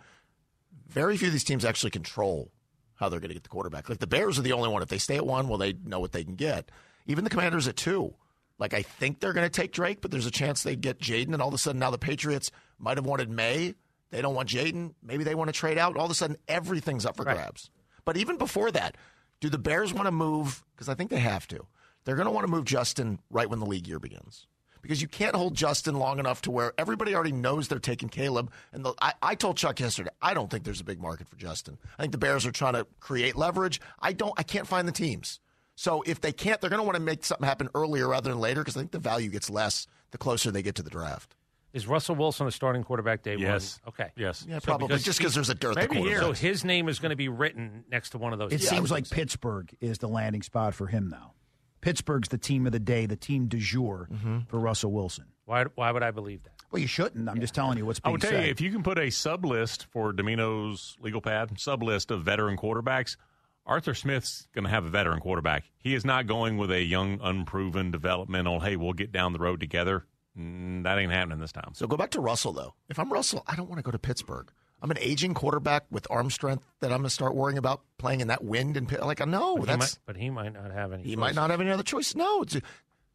[SPEAKER 2] Very few of these teams actually control how they're going to get the quarterback. Like the Bears are the only one. If they stay at one, well, they know what they can get. Even the Commanders at two. Like I think they're going to take Drake, but there's a chance they get Jaden, and all of a sudden now the Patriots might have wanted May. They don't want Jaden. Maybe they want to trade out. All of a sudden everything's up for grabs. But even before that, do the Bears want to move? Because I think they have to. They're going to want to move Justin right when the league year begins. Because you can't hold Justin long enough to where everybody already knows they're taking Caleb. And the, I, I told Chuck yesterday, I don't think there's a big market for Justin. I think the Bears are trying to create leverage. I don't. I can't find the teams. So if they can't, they're going to want to make something happen earlier rather than later because I think the value gets less the closer they get to the draft.
[SPEAKER 3] Is Russell Wilson a starting quarterback day
[SPEAKER 5] Yes.
[SPEAKER 3] one? Okay.
[SPEAKER 5] Yes.
[SPEAKER 2] Yeah, probably just because there's a dearth of
[SPEAKER 5] Maybe here.
[SPEAKER 2] quarterbacks.
[SPEAKER 3] So his name is going to be written next to one of those.
[SPEAKER 4] It
[SPEAKER 3] teams.
[SPEAKER 4] seems like Pittsburgh is the landing spot for him now. Pittsburgh's the team of the day, the team du jour
[SPEAKER 3] Mm-hmm.
[SPEAKER 4] for Russell Wilson.
[SPEAKER 3] Why, why would I believe that?
[SPEAKER 4] Well, you shouldn't. I'm just telling you what's
[SPEAKER 5] I
[SPEAKER 4] being
[SPEAKER 5] would tell
[SPEAKER 4] said.
[SPEAKER 5] you, if you can put a sub list for Domino's legal pad, sub list of veteran quarterbacks, Arthur Smith's going to have a veteran quarterback. He is not going with a young, unproven, developmental, hey, we'll get down the road together. Mm, that ain't happening this time.
[SPEAKER 2] So go back to Russell though. If I'm Russell, I don't want to go to Pittsburgh. I'm an aging quarterback with arm strength that I'm going to start worrying about playing in that wind and pit. like I know
[SPEAKER 3] But he,
[SPEAKER 2] oh, that's
[SPEAKER 3] might, but he might not have any.
[SPEAKER 2] he might not have any other choice. No, it's,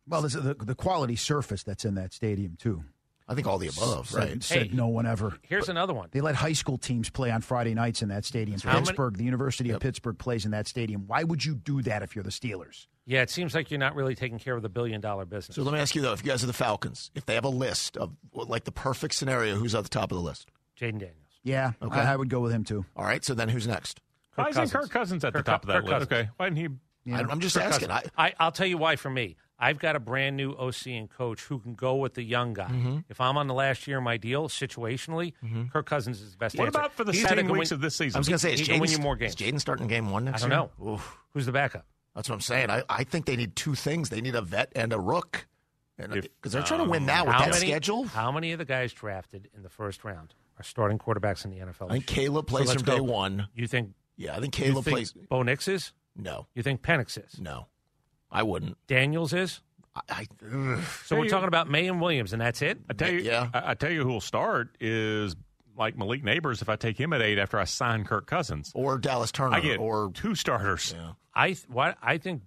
[SPEAKER 4] well, this is the, the quality surface that's in that stadium, too.
[SPEAKER 2] I think all the above,
[SPEAKER 4] said,
[SPEAKER 2] right?
[SPEAKER 4] Said
[SPEAKER 3] Hey,
[SPEAKER 4] no one ever.
[SPEAKER 3] Here's another one.
[SPEAKER 4] They let high school teams play on Friday nights in that stadium.
[SPEAKER 3] How many-
[SPEAKER 4] Pittsburgh, the University of Pittsburgh plays in that stadium. Why would you do that if you're the Steelers?
[SPEAKER 3] Yeah, it seems like you're not really taking care of the billion dollar business.
[SPEAKER 2] So let me ask you though, if you guys are the Falcons, if they have a list of like the perfect scenario, who's at the top of the list?
[SPEAKER 3] Jaden Daniels.
[SPEAKER 4] Yeah,
[SPEAKER 2] Okay.
[SPEAKER 4] I, I would go with him, too.
[SPEAKER 2] All right, so then who's next?
[SPEAKER 5] Why isn't
[SPEAKER 3] Cousins.
[SPEAKER 5] Kirk Cousins at
[SPEAKER 3] Kirk
[SPEAKER 5] the top of that list?
[SPEAKER 3] Cous- Kirk Cousins.
[SPEAKER 5] Okay. Why didn't he?
[SPEAKER 2] I'm I'm just
[SPEAKER 3] Kirk
[SPEAKER 2] asking. I,
[SPEAKER 3] Cousins. I, I'll tell you why for me. I've got a brand new OC and coach who can go with the young guy.
[SPEAKER 2] Mhm.
[SPEAKER 3] If I'm on the last year of my deal, situationally,
[SPEAKER 2] Mm-hmm.
[SPEAKER 3] Kirk Cousins is the best
[SPEAKER 2] What
[SPEAKER 3] answer.
[SPEAKER 2] about for the
[SPEAKER 3] He's
[SPEAKER 2] second
[SPEAKER 3] gonna go
[SPEAKER 2] weeks
[SPEAKER 3] win-
[SPEAKER 2] of this season?
[SPEAKER 5] I was going to say, is
[SPEAKER 3] He can
[SPEAKER 5] Jaden,
[SPEAKER 3] win you more games.
[SPEAKER 5] Is Jaden starting game one next
[SPEAKER 3] I
[SPEAKER 5] year?
[SPEAKER 3] don't know. Who's the backup?
[SPEAKER 5] That's what I'm saying. I, I think they need two things. They need a vet and a rook, because they're trying to win now with
[SPEAKER 3] um, How
[SPEAKER 5] that
[SPEAKER 3] many-
[SPEAKER 5] schedule.
[SPEAKER 3] How many of the guys drafted in the first round are starting quarterbacks in the NFL?
[SPEAKER 5] I think
[SPEAKER 3] this year?
[SPEAKER 5] Caleb plays
[SPEAKER 3] let's
[SPEAKER 5] from day
[SPEAKER 3] go.
[SPEAKER 5] one.
[SPEAKER 3] You think?
[SPEAKER 5] Yeah, I think
[SPEAKER 3] you
[SPEAKER 5] Caleb plays-
[SPEAKER 3] Bo Nix is.
[SPEAKER 5] No.
[SPEAKER 3] You think Penix is?
[SPEAKER 5] No, I wouldn't.
[SPEAKER 3] Daniels is.
[SPEAKER 5] I,
[SPEAKER 3] so we're talking about May and Williams, and that's it.
[SPEAKER 2] I tell you, yeah. I, I tell you who'll start is like Malik Neighbors if I take him at eight after I sign Kirk Cousins
[SPEAKER 5] or Dallas Turner
[SPEAKER 2] I get
[SPEAKER 5] or
[SPEAKER 2] two starters.
[SPEAKER 3] I th- why, I think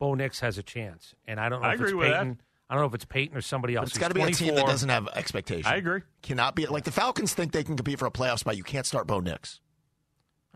[SPEAKER 3] Bo Nix has a chance, and I don't know
[SPEAKER 2] I
[SPEAKER 3] if
[SPEAKER 2] agree
[SPEAKER 3] it's
[SPEAKER 2] with that.
[SPEAKER 3] Peyton. I don't know if it's Peyton or somebody
[SPEAKER 5] But
[SPEAKER 3] else.
[SPEAKER 5] it's
[SPEAKER 3] He's
[SPEAKER 5] got to be a team that
[SPEAKER 3] 24.
[SPEAKER 5] doesn't have expectations.
[SPEAKER 3] I agree.
[SPEAKER 5] Cannot be like the Falcons think they can compete for a playoff spot. You can't start Bo Nix.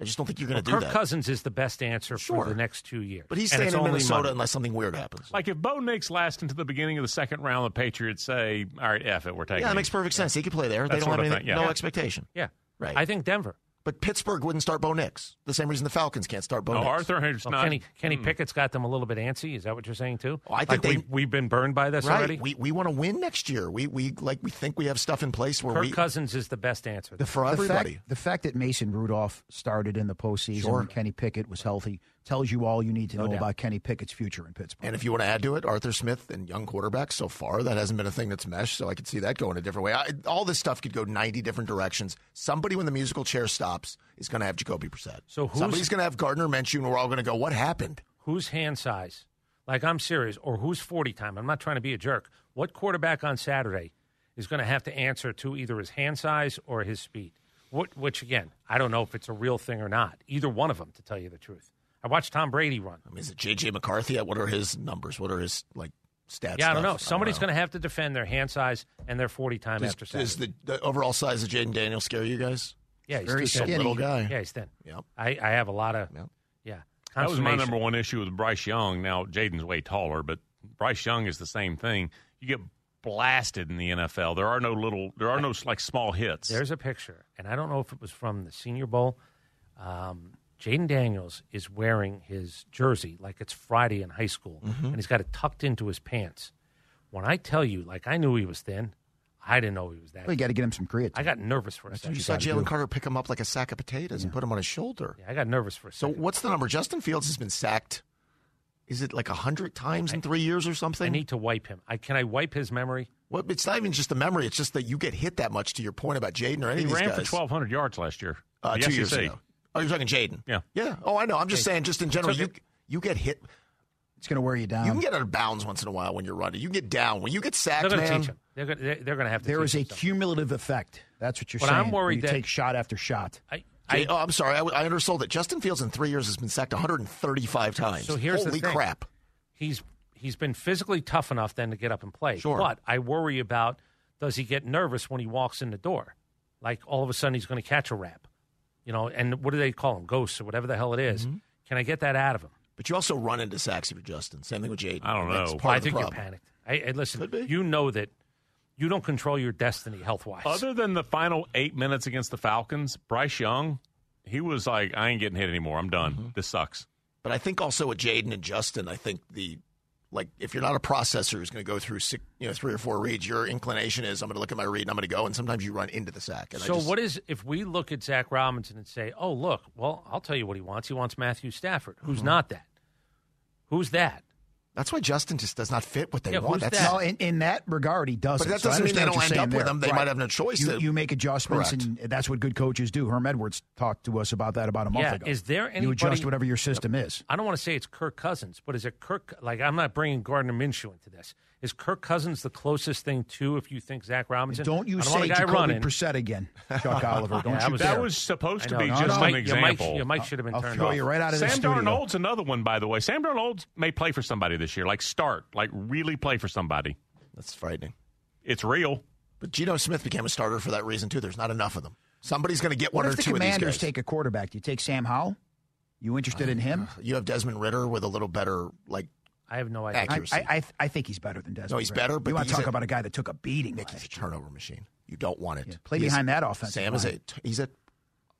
[SPEAKER 5] I just don't think you're going
[SPEAKER 3] Well,
[SPEAKER 5] to
[SPEAKER 3] Kirk
[SPEAKER 5] do that.
[SPEAKER 3] Cousins is the best answer
[SPEAKER 5] Sure.
[SPEAKER 3] for the next two years,
[SPEAKER 5] But he's
[SPEAKER 3] And
[SPEAKER 5] staying
[SPEAKER 3] it's
[SPEAKER 5] in
[SPEAKER 3] only
[SPEAKER 5] Minnesota
[SPEAKER 3] money.
[SPEAKER 5] unless something weird happens.
[SPEAKER 2] Like if Bo Nix lasts into the beginning of the second round, the Patriots say, "All right, f it, we're taking."
[SPEAKER 5] yeah, that
[SPEAKER 2] him."
[SPEAKER 5] makes perfect sense. He could play there.
[SPEAKER 2] That
[SPEAKER 5] they don't
[SPEAKER 2] sort
[SPEAKER 5] have
[SPEAKER 2] of
[SPEAKER 5] anything,
[SPEAKER 2] thing, yeah.
[SPEAKER 5] no expectation.
[SPEAKER 3] Yeah,
[SPEAKER 5] right.
[SPEAKER 3] I think Denver.
[SPEAKER 5] But Pittsburgh wouldn't start Bo Nix. The same reason the Falcons can't start Bo Nix.
[SPEAKER 3] Well, Kenny, Kenny
[SPEAKER 2] Hmm.
[SPEAKER 3] Pickett's got them a little bit antsy. Is that what you're saying too?
[SPEAKER 5] Oh, I think
[SPEAKER 3] like
[SPEAKER 5] they-
[SPEAKER 3] we, have been burned by this
[SPEAKER 5] right.
[SPEAKER 3] already.
[SPEAKER 5] We we want to win next year. We we like we think we have stuff in place where
[SPEAKER 3] Kirk
[SPEAKER 5] we
[SPEAKER 3] Cousins is the best
[SPEAKER 5] for
[SPEAKER 3] answer.
[SPEAKER 4] The fact-
[SPEAKER 5] everybody.
[SPEAKER 4] the fact that Mason Rudolph started in the postseason
[SPEAKER 5] Sure.
[SPEAKER 4] when Kenny Pickett was healthy tells you all you need to
[SPEAKER 5] No
[SPEAKER 4] know
[SPEAKER 5] doubt.
[SPEAKER 4] about Kenny Pickett's future in Pittsburgh.
[SPEAKER 5] And if you want to add to it, Arthur Smith and young quarterbacks so far, that hasn't been a thing that's meshed. So I could see that going a different way. I, all this stuff could go 90 different directions. Somebody, when the musical chair stops, is going to have Jacoby Brissett.
[SPEAKER 3] So who's-
[SPEAKER 5] Somebody's going to have Gardner Minshew, and we're all going to go, what happened?
[SPEAKER 3] Who's hand size? Like I'm serious, or who's 40 time? I'm not trying to be a jerk. What quarterback on Saturday is going to have to answer to either his hand size or his speed? What, which again, I don't know if it's a real thing or not. Either one of them, to tell you the truth. I watched Tom Brady run.
[SPEAKER 5] I mean, is it J.J. McCarthy? What are his numbers? What are his, like, stats?
[SPEAKER 3] yeah, I don't know. Somebody's going to have to defend their hand size and their 40 time
[SPEAKER 5] Does,
[SPEAKER 3] after Saturday.
[SPEAKER 5] does the, the overall size of Jaden Daniels scare you guys?
[SPEAKER 3] yeah, he's
[SPEAKER 5] very
[SPEAKER 3] too thin.
[SPEAKER 5] skinny. little guy.
[SPEAKER 3] Yeah, he's thin.
[SPEAKER 5] Yep.
[SPEAKER 3] I, I have a lot of yeah.
[SPEAKER 2] That was my
[SPEAKER 3] consternation.
[SPEAKER 2] number one issue with Bryce Young. Now Jaden's way taller, but Bryce Young is the same thing. You get blasted in the NFL. There are no little. There are no like small hits.
[SPEAKER 3] There's a picture, and I don't know if it was from the Senior Bowl. Um, Jaden Daniels is wearing his jersey like it's Friday in high school,
[SPEAKER 5] Mm-hmm.
[SPEAKER 14] Mhm.
[SPEAKER 3] and he's got it tucked into his pants. When I tell you, like I knew he was thin, I didn't know he was that.
[SPEAKER 4] Well, you got to get him some creatine.
[SPEAKER 3] I got nervous for a second.
[SPEAKER 5] You saw Jalen Carter pick him up like a sack of potatoes and put him on his shoulder.
[SPEAKER 3] Yeah, I got nervous for a
[SPEAKER 5] So what's the number? Justin Fields has been sacked. Is it like hundred times in three years or something?
[SPEAKER 3] I need to wipe him. I can I wipe his memory?
[SPEAKER 5] Well, it's not even just the memory. It's just that you get hit that much. To your point about Jaden or any
[SPEAKER 2] He
[SPEAKER 5] of these
[SPEAKER 2] ran
[SPEAKER 5] guys.
[SPEAKER 2] for 1,200 yards last year.
[SPEAKER 5] Uh,
[SPEAKER 2] The
[SPEAKER 5] two years
[SPEAKER 2] SEC.
[SPEAKER 5] ago. Oh, you're talking Jaden.
[SPEAKER 2] Yeah.
[SPEAKER 5] Yeah. Oh, I know. I'm just
[SPEAKER 2] Hey,
[SPEAKER 5] saying, just in general,
[SPEAKER 2] so
[SPEAKER 5] you you get hit.
[SPEAKER 4] It's going to wear you down.
[SPEAKER 5] You can get out of bounds once in a while when you're running. You can get down when you get
[SPEAKER 3] They're
[SPEAKER 5] sacked,
[SPEAKER 3] going to
[SPEAKER 5] man.
[SPEAKER 3] teach him. They're going to they're going to have to.
[SPEAKER 4] there
[SPEAKER 3] teach
[SPEAKER 4] is
[SPEAKER 3] him
[SPEAKER 4] a
[SPEAKER 3] something.
[SPEAKER 4] cumulative effect. That's what you're
[SPEAKER 3] But
[SPEAKER 4] saying.
[SPEAKER 3] I'm worried
[SPEAKER 4] you
[SPEAKER 3] that-
[SPEAKER 4] take shot after shot.
[SPEAKER 3] I,
[SPEAKER 5] Jay- oh, I'm sorry. I, I undersold it. Justin Fields in three years has been sacked 135 times.
[SPEAKER 3] So here's the
[SPEAKER 5] Holy
[SPEAKER 3] thing.
[SPEAKER 5] crap.
[SPEAKER 3] he's he's been physically tough enough then to get up and play.
[SPEAKER 5] Sure.
[SPEAKER 3] But I worry about does he get nervous when he walks in the door? Like all of a sudden he's going to catch a rap, you know? And what do they call him? Ghosts or whatever the hell it is.
[SPEAKER 5] Mm-hmm.
[SPEAKER 3] Can I get that out of him?
[SPEAKER 5] But you also run into sacks if you're Justin. Same thing with Jaden.
[SPEAKER 2] I don't know.
[SPEAKER 5] That's part
[SPEAKER 3] Oh, I
[SPEAKER 5] of the
[SPEAKER 3] think you're
[SPEAKER 5] problem.
[SPEAKER 3] panicked. I, I listen. You know that you don't control your destiny health wise.
[SPEAKER 2] Other than the final eight minutes against the Falcons, Bryce Young, he was like, I ain't getting hit anymore. I'm done.
[SPEAKER 5] Mm-hmm.
[SPEAKER 2] This sucks.
[SPEAKER 5] But I think also with Jaden and Justin, I think the like if you're not a processor who's going to go through six, you know three or four reads, your inclination is I'm going to look at my read and I'm going to go, and sometimes you run into the sack. And I
[SPEAKER 3] So
[SPEAKER 5] just,
[SPEAKER 3] what is if we look at Zach Robinson and say, "Oh, look, well, I'll tell you what he wants. He wants Matthew Stafford. Who's
[SPEAKER 5] Mm-hmm.
[SPEAKER 3] not that? Who's that?
[SPEAKER 5] That's why Justin just does not fit what they
[SPEAKER 3] Yeah,
[SPEAKER 5] want.
[SPEAKER 3] who's
[SPEAKER 5] That's
[SPEAKER 3] that?
[SPEAKER 4] Well, in, in that regard, he doesn't.
[SPEAKER 5] that
[SPEAKER 4] So I
[SPEAKER 5] doesn't mean they
[SPEAKER 4] understand
[SPEAKER 5] don't
[SPEAKER 4] what you're
[SPEAKER 5] end up
[SPEAKER 4] saying
[SPEAKER 5] with
[SPEAKER 4] there.
[SPEAKER 5] him. They might have no choice
[SPEAKER 4] You,
[SPEAKER 5] to-
[SPEAKER 4] you make adjustments,
[SPEAKER 5] Correct.
[SPEAKER 4] and that's what good coaches do. Herm Edwards talked to us about that about a month
[SPEAKER 3] Yeah,
[SPEAKER 4] ago.
[SPEAKER 3] is there
[SPEAKER 4] You adjust
[SPEAKER 3] anybody-
[SPEAKER 4] whatever your system is.
[SPEAKER 3] I don't want to say it's Kirk Cousins, but is it Kirk? Like, I'm not bringing Gardner Minshew into this. Is Kirk Cousins the closest thing to if you think Zach Robinson?
[SPEAKER 4] Don't you
[SPEAKER 3] I want
[SPEAKER 4] say
[SPEAKER 3] a guy
[SPEAKER 4] Jacoby
[SPEAKER 3] running.
[SPEAKER 4] Brissett again, Chuck Oliver? Don't
[SPEAKER 3] Yeah,
[SPEAKER 4] you?
[SPEAKER 2] that
[SPEAKER 4] dare.
[SPEAKER 2] was supposed to
[SPEAKER 3] I
[SPEAKER 2] be
[SPEAKER 3] know.
[SPEAKER 2] just
[SPEAKER 3] No, no.
[SPEAKER 2] an
[SPEAKER 3] Your mic- your
[SPEAKER 2] example.
[SPEAKER 3] mic- your mic should have been
[SPEAKER 4] I'll
[SPEAKER 3] turned
[SPEAKER 4] throw
[SPEAKER 3] off.
[SPEAKER 4] you right out of the
[SPEAKER 2] Sam
[SPEAKER 4] studio.
[SPEAKER 2] Darnold's another one, by the way. Sam Darnold may play for somebody this year. Like start, like really play for somebody.
[SPEAKER 5] That's frightening.
[SPEAKER 2] It's real.
[SPEAKER 5] But Geno Smith became a starter for that reason too. There's not enough of them. Somebody's going to get one
[SPEAKER 4] what
[SPEAKER 5] or
[SPEAKER 4] if the
[SPEAKER 5] two of these
[SPEAKER 4] Commanders
[SPEAKER 5] guys.
[SPEAKER 4] take a quarterback? Do you take Sam Howell? You interested in him?
[SPEAKER 5] you have Desmond Ritter with a little better like
[SPEAKER 3] I have no idea.
[SPEAKER 4] I,
[SPEAKER 5] accuracy.
[SPEAKER 4] I, I, th- I think he's better than Desmond.
[SPEAKER 5] no, he's
[SPEAKER 4] Ritter.
[SPEAKER 5] better. But
[SPEAKER 4] you want
[SPEAKER 5] he's
[SPEAKER 4] to talk about a guy that took a beating?
[SPEAKER 5] Nick, he's a turnover machine. You don't want it.
[SPEAKER 4] play
[SPEAKER 5] He is-
[SPEAKER 4] behind that offensive
[SPEAKER 5] Sam is a
[SPEAKER 4] line.
[SPEAKER 5] he's a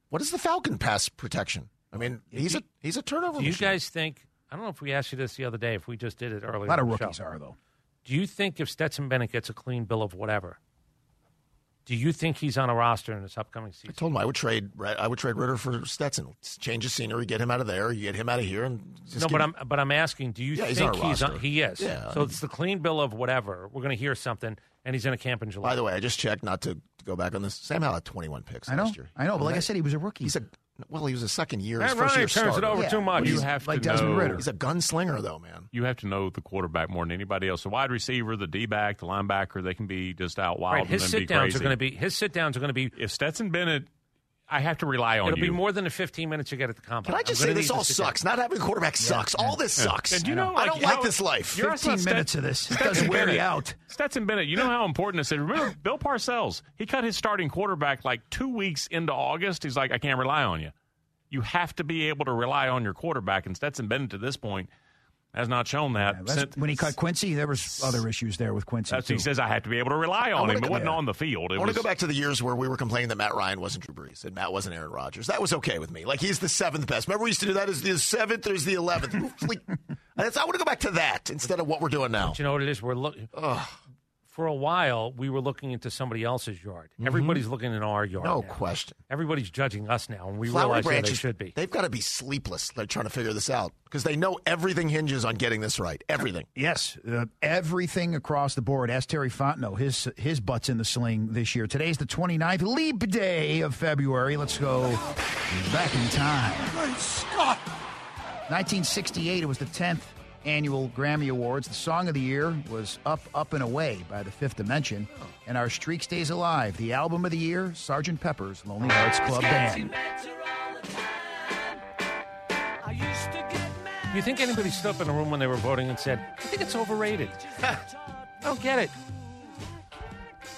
[SPEAKER 5] what is the Falcon pass protection? I mean, he's a he's a turnover
[SPEAKER 3] Do you
[SPEAKER 5] machine.
[SPEAKER 3] guys think? I don't know if we asked you this the other day, if we just did it earlier.
[SPEAKER 4] A lot
[SPEAKER 3] in
[SPEAKER 4] of
[SPEAKER 3] the
[SPEAKER 4] rookies
[SPEAKER 3] show.
[SPEAKER 4] are though.
[SPEAKER 3] Do you think if Stetson Bennett gets a clean bill of whatever, do you think he's on a roster in this upcoming season?
[SPEAKER 5] I told him I would trade. I would trade Ritter for Stetson. Change the scenery, get him out of there, you get him out of here, and just
[SPEAKER 3] no,
[SPEAKER 5] give
[SPEAKER 3] but
[SPEAKER 5] him-
[SPEAKER 3] I'm but I'm asking. Do you
[SPEAKER 5] Yeah,
[SPEAKER 3] think
[SPEAKER 5] he's
[SPEAKER 3] he's
[SPEAKER 5] on
[SPEAKER 3] on,
[SPEAKER 5] our roster.
[SPEAKER 3] He is.
[SPEAKER 5] Yeah, I
[SPEAKER 3] so
[SPEAKER 5] mean-
[SPEAKER 3] it's the clean bill of whatever. We're going to hear something, and he's in a camp in July.
[SPEAKER 5] By the way, I just checked not to, to go back on this. Sam Howell had 21 picks
[SPEAKER 3] I know.
[SPEAKER 5] last year.
[SPEAKER 4] I know, but like I
[SPEAKER 5] that-
[SPEAKER 4] said, he was a rookie.
[SPEAKER 5] He's a well, he was a second year. his
[SPEAKER 3] Matt
[SPEAKER 5] first
[SPEAKER 3] Ryan
[SPEAKER 5] year
[SPEAKER 3] turns it
[SPEAKER 5] starter.
[SPEAKER 3] over Yeah. too much.
[SPEAKER 5] But
[SPEAKER 3] You
[SPEAKER 5] he's
[SPEAKER 3] have to
[SPEAKER 5] like Desmond
[SPEAKER 2] know-
[SPEAKER 5] Ritter. He's a gunslinger though, man.
[SPEAKER 2] You have to know the quarterback more than anybody else. The wide receiver, the D back, the linebacker, they can be just out wild.
[SPEAKER 3] right,
[SPEAKER 2] and
[SPEAKER 3] his
[SPEAKER 2] then
[SPEAKER 3] sit
[SPEAKER 2] be
[SPEAKER 3] downs
[SPEAKER 2] crazy.
[SPEAKER 3] are going to be his sit downs are going to be.
[SPEAKER 2] If Stetson Bennett, I have to rely on
[SPEAKER 3] it'll
[SPEAKER 2] you.
[SPEAKER 3] be more than the 15 minutes you get at the combine.
[SPEAKER 5] Can I just say
[SPEAKER 3] I'm gonna
[SPEAKER 5] this
[SPEAKER 3] need to
[SPEAKER 5] all
[SPEAKER 3] sit down.
[SPEAKER 5] sucks? Not having a quarterback sucks. All this
[SPEAKER 2] Yeah.
[SPEAKER 5] sucks.
[SPEAKER 2] And you know,
[SPEAKER 5] I don't
[SPEAKER 2] how-
[SPEAKER 5] like this life.
[SPEAKER 2] you're asking about Stet- Stetson Bennett. Stetson Bennett, you know how important this is. Remember Bill Parcells? He cut his starting quarterback like two weeks into August. He's like, I can't rely on you. You have to be able to rely on your quarterback, and Stetson Bennett to this point has not shown that.
[SPEAKER 4] That's-
[SPEAKER 2] since-
[SPEAKER 4] when he cut Quincy, there was other issues there with Quincy.
[SPEAKER 2] that's- he
[SPEAKER 4] too.
[SPEAKER 2] says I have to be able to rely on
[SPEAKER 5] wanna
[SPEAKER 2] him. It
[SPEAKER 5] go-
[SPEAKER 2] wasn't
[SPEAKER 5] yeah.
[SPEAKER 2] on the field. It
[SPEAKER 5] I want
[SPEAKER 2] was,
[SPEAKER 5] to go back to the years where we were complaining that Matt Ryan wasn't Drew Brees and Matt wasn't Aaron Rodgers. That was okay with me. Like he's the seventh best. Remember we used to do that as the seventh or as the eleventh. like, that's, I want to go back to that instead of what we're doing now.
[SPEAKER 3] But you know what it is? We're looking for a while. We were looking into somebody else's yard. Everybody's looking in our yard.
[SPEAKER 5] No
[SPEAKER 3] now.
[SPEAKER 5] question.
[SPEAKER 3] Everybody's judging us now, and we
[SPEAKER 5] Flowery
[SPEAKER 3] realize where they
[SPEAKER 5] branches
[SPEAKER 3] should be.
[SPEAKER 5] They've got to be sleepless. They're trying to figure this out because they know everything hinges on getting this right. Everything.
[SPEAKER 4] Yes, uh, everything across the board. Ask Terry Fontenot. His his butt's in the sling this year. Today's the 29th leap day of February. Let's go back in time.
[SPEAKER 14] Good Scott!
[SPEAKER 4] 1968, it was the 10th annual Grammy Awards. The song of the year was Up, Up, and Away by The Fifth Dimension. And our streak stays alive. The album of the year, Sgt. Pepper's Lonely Hearts Club Band.
[SPEAKER 3] You think anybody stood up in a room when they were voting and said, "I think it's overrated"? I don't get it.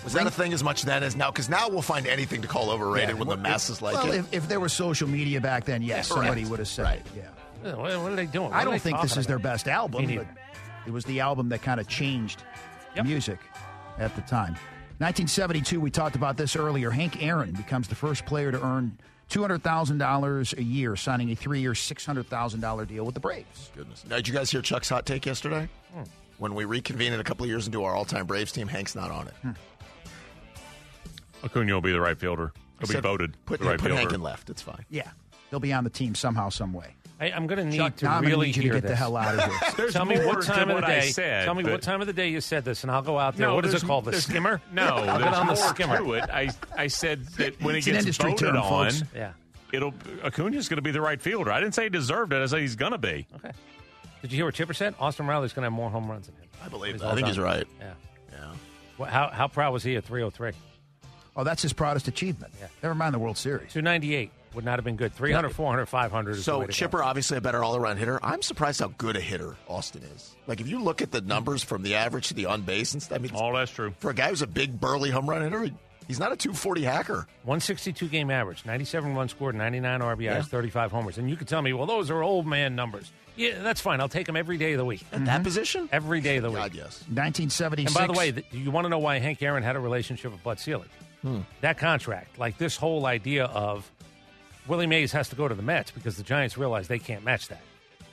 [SPEAKER 5] Was that a thing as much then as now? Because now we'll find anything to call overrated
[SPEAKER 4] Yeah,
[SPEAKER 5] when the
[SPEAKER 4] well,
[SPEAKER 5] masses like
[SPEAKER 4] well,
[SPEAKER 5] it.
[SPEAKER 4] If, if there was social media back then, yes,
[SPEAKER 5] Correct.
[SPEAKER 4] somebody would have said it. Yeah.
[SPEAKER 3] Yeah, What what are they doing? What
[SPEAKER 4] I
[SPEAKER 3] are
[SPEAKER 4] don't
[SPEAKER 3] they
[SPEAKER 4] think this
[SPEAKER 3] talking
[SPEAKER 4] is their
[SPEAKER 3] about?
[SPEAKER 4] best
[SPEAKER 3] Me
[SPEAKER 4] album,
[SPEAKER 3] neither.
[SPEAKER 4] but it was the album that kind of changed music at the time. 1972, we talked about this earlier. Hank Aaron becomes the first player to earn $200,000 a year, signing a three year, $600,000 deal with the Braves.
[SPEAKER 5] Goodness. Now, did you guys hear Chuck's hot take yesterday?
[SPEAKER 3] Hmm.
[SPEAKER 5] When we reconvene in a couple of years into our all-time Braves team, Hank's not on it.
[SPEAKER 2] Acuna will be the right fielder. He'll be
[SPEAKER 5] Said,
[SPEAKER 2] voted
[SPEAKER 5] Put,
[SPEAKER 2] the right
[SPEAKER 5] put
[SPEAKER 2] fielder.
[SPEAKER 5] Hank in left. It's fine.
[SPEAKER 4] Yeah. They'll be on the team somehow, some way.
[SPEAKER 3] I, I'm going to need
[SPEAKER 4] Chuck,
[SPEAKER 3] to
[SPEAKER 4] now I'm gonna
[SPEAKER 3] really
[SPEAKER 4] need you to
[SPEAKER 3] hear
[SPEAKER 4] get the
[SPEAKER 3] this.
[SPEAKER 4] hell out of here.
[SPEAKER 2] There's
[SPEAKER 3] tell me
[SPEAKER 2] more
[SPEAKER 3] what time
[SPEAKER 2] to
[SPEAKER 3] of the
[SPEAKER 2] what I
[SPEAKER 3] day.
[SPEAKER 2] said,
[SPEAKER 3] tell me
[SPEAKER 2] but-
[SPEAKER 3] what time of the day you said this, and I'll go out there.
[SPEAKER 2] No,
[SPEAKER 3] what is it
[SPEAKER 2] there's-
[SPEAKER 3] called? The
[SPEAKER 2] there's-
[SPEAKER 3] skimmer?
[SPEAKER 2] No,
[SPEAKER 3] I'll get
[SPEAKER 2] there's
[SPEAKER 3] on the
[SPEAKER 2] more
[SPEAKER 3] skimmer.
[SPEAKER 2] to it. I, I said that when
[SPEAKER 4] It's
[SPEAKER 2] it
[SPEAKER 4] an
[SPEAKER 2] gets
[SPEAKER 4] industry
[SPEAKER 2] voted
[SPEAKER 4] term,
[SPEAKER 2] on,
[SPEAKER 4] folks.
[SPEAKER 3] Yeah.
[SPEAKER 2] it'll Acuna's going to be the right fielder. I didn't say he deserved it. I said he's going to be.
[SPEAKER 3] Okay. Did you hear what Chipper said? Austin Riley's going to have more home runs than him.
[SPEAKER 5] I believe
[SPEAKER 3] He's
[SPEAKER 5] that. I
[SPEAKER 3] all
[SPEAKER 5] think he's
[SPEAKER 3] done.
[SPEAKER 5] right.
[SPEAKER 3] Yeah.
[SPEAKER 5] Yeah.
[SPEAKER 3] Well, how how proud was he at 303?
[SPEAKER 4] Oh, that's his proudest achievement. Never mind the World Series.
[SPEAKER 3] 298 would not have been good. 300, 400, 500 is the
[SPEAKER 5] So
[SPEAKER 3] way to go.
[SPEAKER 5] Chipper, obviously a better all-around hitter. I'm surprised how good a hitter Austin is. Like if you look at the numbers from the average to the on base and stuff, I mean,
[SPEAKER 2] all Oh, that's true.
[SPEAKER 5] For a guy who's a big burly home run hitter, he- he's not a 240 hacker.
[SPEAKER 3] 162 game average, 97 runs scored, 99 RBIs,
[SPEAKER 5] Yeah.
[SPEAKER 3] 35 homers. And you could tell me, well, those are old man numbers. Yeah, that's fine. I'll take them every day of the week.
[SPEAKER 5] At that position?
[SPEAKER 3] Every day of the week.
[SPEAKER 5] God, yes.
[SPEAKER 4] 1976.
[SPEAKER 3] And by the way, th- you want to know why Hank Aaron had a relationship with Bud Selig?
[SPEAKER 5] Hmm.
[SPEAKER 3] That contract, like this whole idea of Willie Mays has to go to the Mets because the Giants realize they can't match that.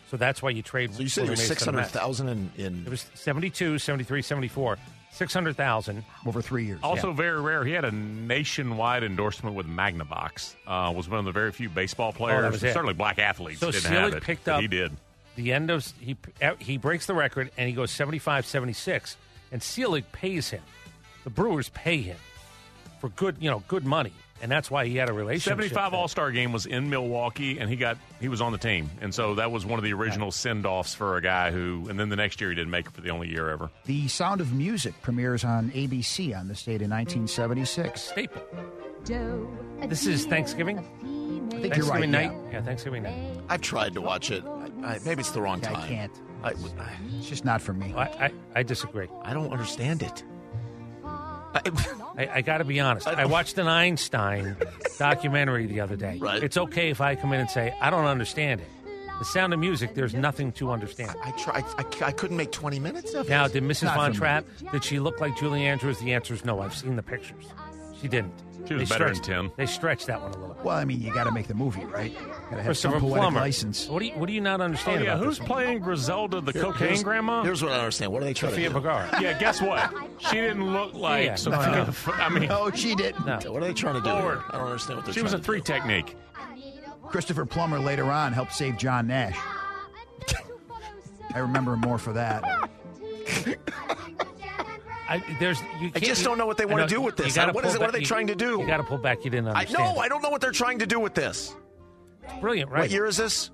[SPEAKER 3] So that's why you trade.
[SPEAKER 5] So you said
[SPEAKER 3] Willie
[SPEAKER 5] he was
[SPEAKER 3] Mays to the Mets.
[SPEAKER 5] 600,000 in, in
[SPEAKER 3] It was 72, 73, 74, 600,000.
[SPEAKER 4] over three years.
[SPEAKER 2] Also very rare. He had a nationwide endorsement with Magnavox. Uh, was one of the very few baseball players,
[SPEAKER 3] Oh, was it.
[SPEAKER 2] certainly black athletes,
[SPEAKER 3] So
[SPEAKER 2] didn't
[SPEAKER 3] Seelig
[SPEAKER 2] have it.
[SPEAKER 3] picked
[SPEAKER 2] but
[SPEAKER 3] up-
[SPEAKER 2] He did.
[SPEAKER 3] the end of he e, he breaks the record and he goes 75 76 and Seelig pays him the Brewers pay him for good you know good money and that's why he had a relationship
[SPEAKER 2] 75 All Star game was in Milwaukee, and he got he was on the team, and so that was one of the original send offs for a guy who. And then the next year he didn't make it for the only year ever.
[SPEAKER 4] The Sound of Music premieres on ABC on this date in 1976.
[SPEAKER 3] staple this is Thanksgiving
[SPEAKER 4] I
[SPEAKER 3] Thanksgiving
[SPEAKER 4] think you're right.
[SPEAKER 3] night
[SPEAKER 4] yeah.
[SPEAKER 3] yeah. Thanksgiving night
[SPEAKER 5] I've tried to watch it. I, I, maybe it's the wrong
[SPEAKER 4] I
[SPEAKER 5] time.
[SPEAKER 4] can't.
[SPEAKER 5] I,
[SPEAKER 4] It's just not for me.
[SPEAKER 3] I, I, I disagree
[SPEAKER 5] I don't understand it
[SPEAKER 3] I, I gotta be honest I watched an Einstein documentary the other day right. it's okay if I come in and say I don't understand it the sound of music there's nothing to understand
[SPEAKER 5] I tried. I, I couldn't make 20 minutes of it.
[SPEAKER 3] Now, did Mrs.
[SPEAKER 5] Not for
[SPEAKER 3] Von
[SPEAKER 5] me.
[SPEAKER 3] Trapp, did she look like Julie Andrews? The answer is no. I've seen the pictures. She She didn't.
[SPEAKER 2] She was better than
[SPEAKER 3] stretched-
[SPEAKER 2] 10.
[SPEAKER 3] They stretched that one a little.
[SPEAKER 4] Well, I mean, you got to make the movie, right? Got to have some
[SPEAKER 3] Christopher
[SPEAKER 4] poetic
[SPEAKER 3] Plummer.
[SPEAKER 4] license.
[SPEAKER 3] What do you What do you not understand?
[SPEAKER 2] Oh, yeah,
[SPEAKER 3] about
[SPEAKER 2] who's
[SPEAKER 3] this
[SPEAKER 2] playing Griselda, the
[SPEAKER 3] Here-
[SPEAKER 2] cocaine
[SPEAKER 3] here's-
[SPEAKER 2] grandma?
[SPEAKER 3] here's
[SPEAKER 5] what I understand. What are they trying
[SPEAKER 3] Sophia
[SPEAKER 5] to do?
[SPEAKER 3] Vergara.
[SPEAKER 2] Yeah, guess what? She didn't look like
[SPEAKER 3] Yeah.
[SPEAKER 2] Sophia.
[SPEAKER 3] No, no.
[SPEAKER 2] Ver- I mean,
[SPEAKER 4] no, Oh, she didn't.
[SPEAKER 5] What are they trying to do?
[SPEAKER 2] Lord.
[SPEAKER 5] here? I don't understand what they're
[SPEAKER 2] she
[SPEAKER 5] trying
[SPEAKER 2] was a
[SPEAKER 5] to
[SPEAKER 2] three technique.
[SPEAKER 4] Christopher Plummer later on helped save John Nash. I remember him more for that.
[SPEAKER 3] I, there's, you
[SPEAKER 5] I
[SPEAKER 3] can't-
[SPEAKER 5] just don't know what they
[SPEAKER 3] I
[SPEAKER 5] wanna do with
[SPEAKER 3] you
[SPEAKER 5] this.
[SPEAKER 3] gotta
[SPEAKER 5] What is
[SPEAKER 3] pull
[SPEAKER 5] it- what are
[SPEAKER 3] back-
[SPEAKER 5] they
[SPEAKER 3] you-
[SPEAKER 5] trying to do?
[SPEAKER 3] You got to pull back. You didn't
[SPEAKER 5] I
[SPEAKER 3] understand.
[SPEAKER 5] know. I don't know what they're trying to do with this.
[SPEAKER 3] Brilliant, right?
[SPEAKER 5] What year is this?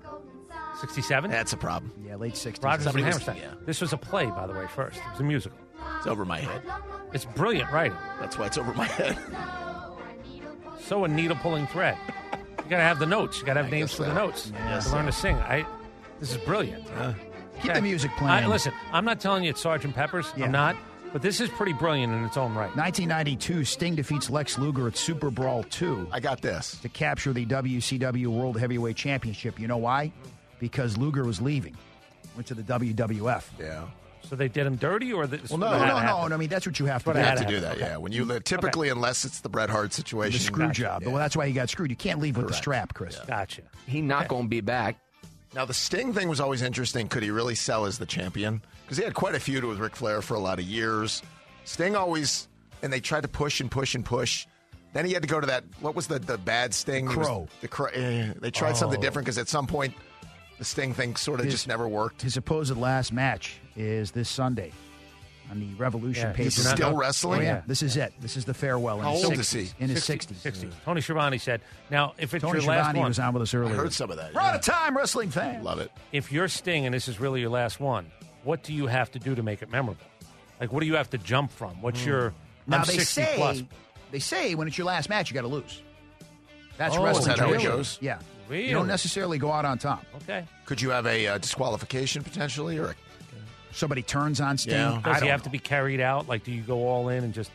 [SPEAKER 3] 67?
[SPEAKER 5] That's a problem.
[SPEAKER 4] Yeah, late 60s.
[SPEAKER 3] Rodgers and
[SPEAKER 5] Somebody was-
[SPEAKER 3] Hammerstein. This was a play, by the way, first. It was a musical.
[SPEAKER 5] It's over my head.
[SPEAKER 3] It's brilliant writing.
[SPEAKER 5] That's why it's over my head.
[SPEAKER 3] So a needle pulling thread. You got to have the notes. You got to have names for the notes.
[SPEAKER 4] Yeah,
[SPEAKER 3] to learn to sing. I. This is brilliant.
[SPEAKER 4] Keep the music
[SPEAKER 3] I,
[SPEAKER 4] playing.
[SPEAKER 3] listen, I'm not telling you it's Sergeant Pepper's. I'm not. But this is pretty brilliant in its own right.
[SPEAKER 4] 1992, Sting defeats Lex Luger at Super Brawl 2.
[SPEAKER 5] I got this.
[SPEAKER 4] To capture the WCW World Heavyweight Championship. You know why? Because Luger was leaving. Went to the WWF.
[SPEAKER 5] Yeah.
[SPEAKER 3] So they did him dirty, or this?
[SPEAKER 4] Well, no, no,
[SPEAKER 3] what had
[SPEAKER 4] no,
[SPEAKER 3] to
[SPEAKER 4] no,
[SPEAKER 3] happen?
[SPEAKER 4] I mean, that's what you have to
[SPEAKER 5] You
[SPEAKER 4] do.
[SPEAKER 5] have to do that, yeah. When you live, typically, unless it's the Bret Hart
[SPEAKER 4] The
[SPEAKER 5] situation,
[SPEAKER 4] screw job. Well, that's why he got screwed. You can't leave with the
[SPEAKER 5] Correct.
[SPEAKER 4] strap, Chris.
[SPEAKER 3] Gotcha.
[SPEAKER 5] He not going to be back. Now the Sting thing was always interesting. Could he really sell as the champion? Because he had quite a feud with Ric Flair for a lot of years. Sting always, and they tried to push and push and push. Then he had to go to that. What was the the bad Sting? He was-
[SPEAKER 4] Crow.
[SPEAKER 5] The crow. eh, They tried something
[SPEAKER 4] Oh.
[SPEAKER 5] different because at some point, the Sting thing sort of
[SPEAKER 4] His-
[SPEAKER 5] just never worked.
[SPEAKER 4] His supposed last match is this Sunday on the Revolution
[SPEAKER 3] Yeah,
[SPEAKER 4] page.
[SPEAKER 3] he's still wrestling?
[SPEAKER 4] Oh, yeah.
[SPEAKER 3] Yeah.
[SPEAKER 4] This is it. This is the farewell. In
[SPEAKER 3] How
[SPEAKER 4] his
[SPEAKER 3] old
[SPEAKER 4] 60s,
[SPEAKER 3] is he?
[SPEAKER 4] In his
[SPEAKER 3] 60,
[SPEAKER 4] 60s.
[SPEAKER 3] 60. Tony Schiavone said, "Now, if it's
[SPEAKER 4] Tony
[SPEAKER 3] your last
[SPEAKER 4] Schiavone
[SPEAKER 3] one,
[SPEAKER 4] was on with us earlier.
[SPEAKER 5] heard some of that.
[SPEAKER 4] We're out of time, wrestling fan.
[SPEAKER 5] Love it.
[SPEAKER 3] If you're Sting and this is really your last one, what do you have to do to make it memorable? Like, what do you have to jump from? What's your?
[SPEAKER 4] Hmm. Now
[SPEAKER 3] I'm
[SPEAKER 4] they
[SPEAKER 3] 60
[SPEAKER 4] say
[SPEAKER 3] plus.
[SPEAKER 4] they say when it's your last match, you got to lose. That's
[SPEAKER 5] Oh,
[SPEAKER 4] wrestling.
[SPEAKER 5] is that how it
[SPEAKER 4] tradition.
[SPEAKER 5] goes?
[SPEAKER 4] Yeah.
[SPEAKER 5] Really?
[SPEAKER 4] You don't necessarily go out on top.
[SPEAKER 3] Okay.
[SPEAKER 5] Could you have a uh, disqualification potentially, or a
[SPEAKER 4] Somebody turns on Sting.
[SPEAKER 5] Yeah.
[SPEAKER 4] I
[SPEAKER 3] Does
[SPEAKER 4] don't
[SPEAKER 3] he have to be carried out? Like, do you go all in and just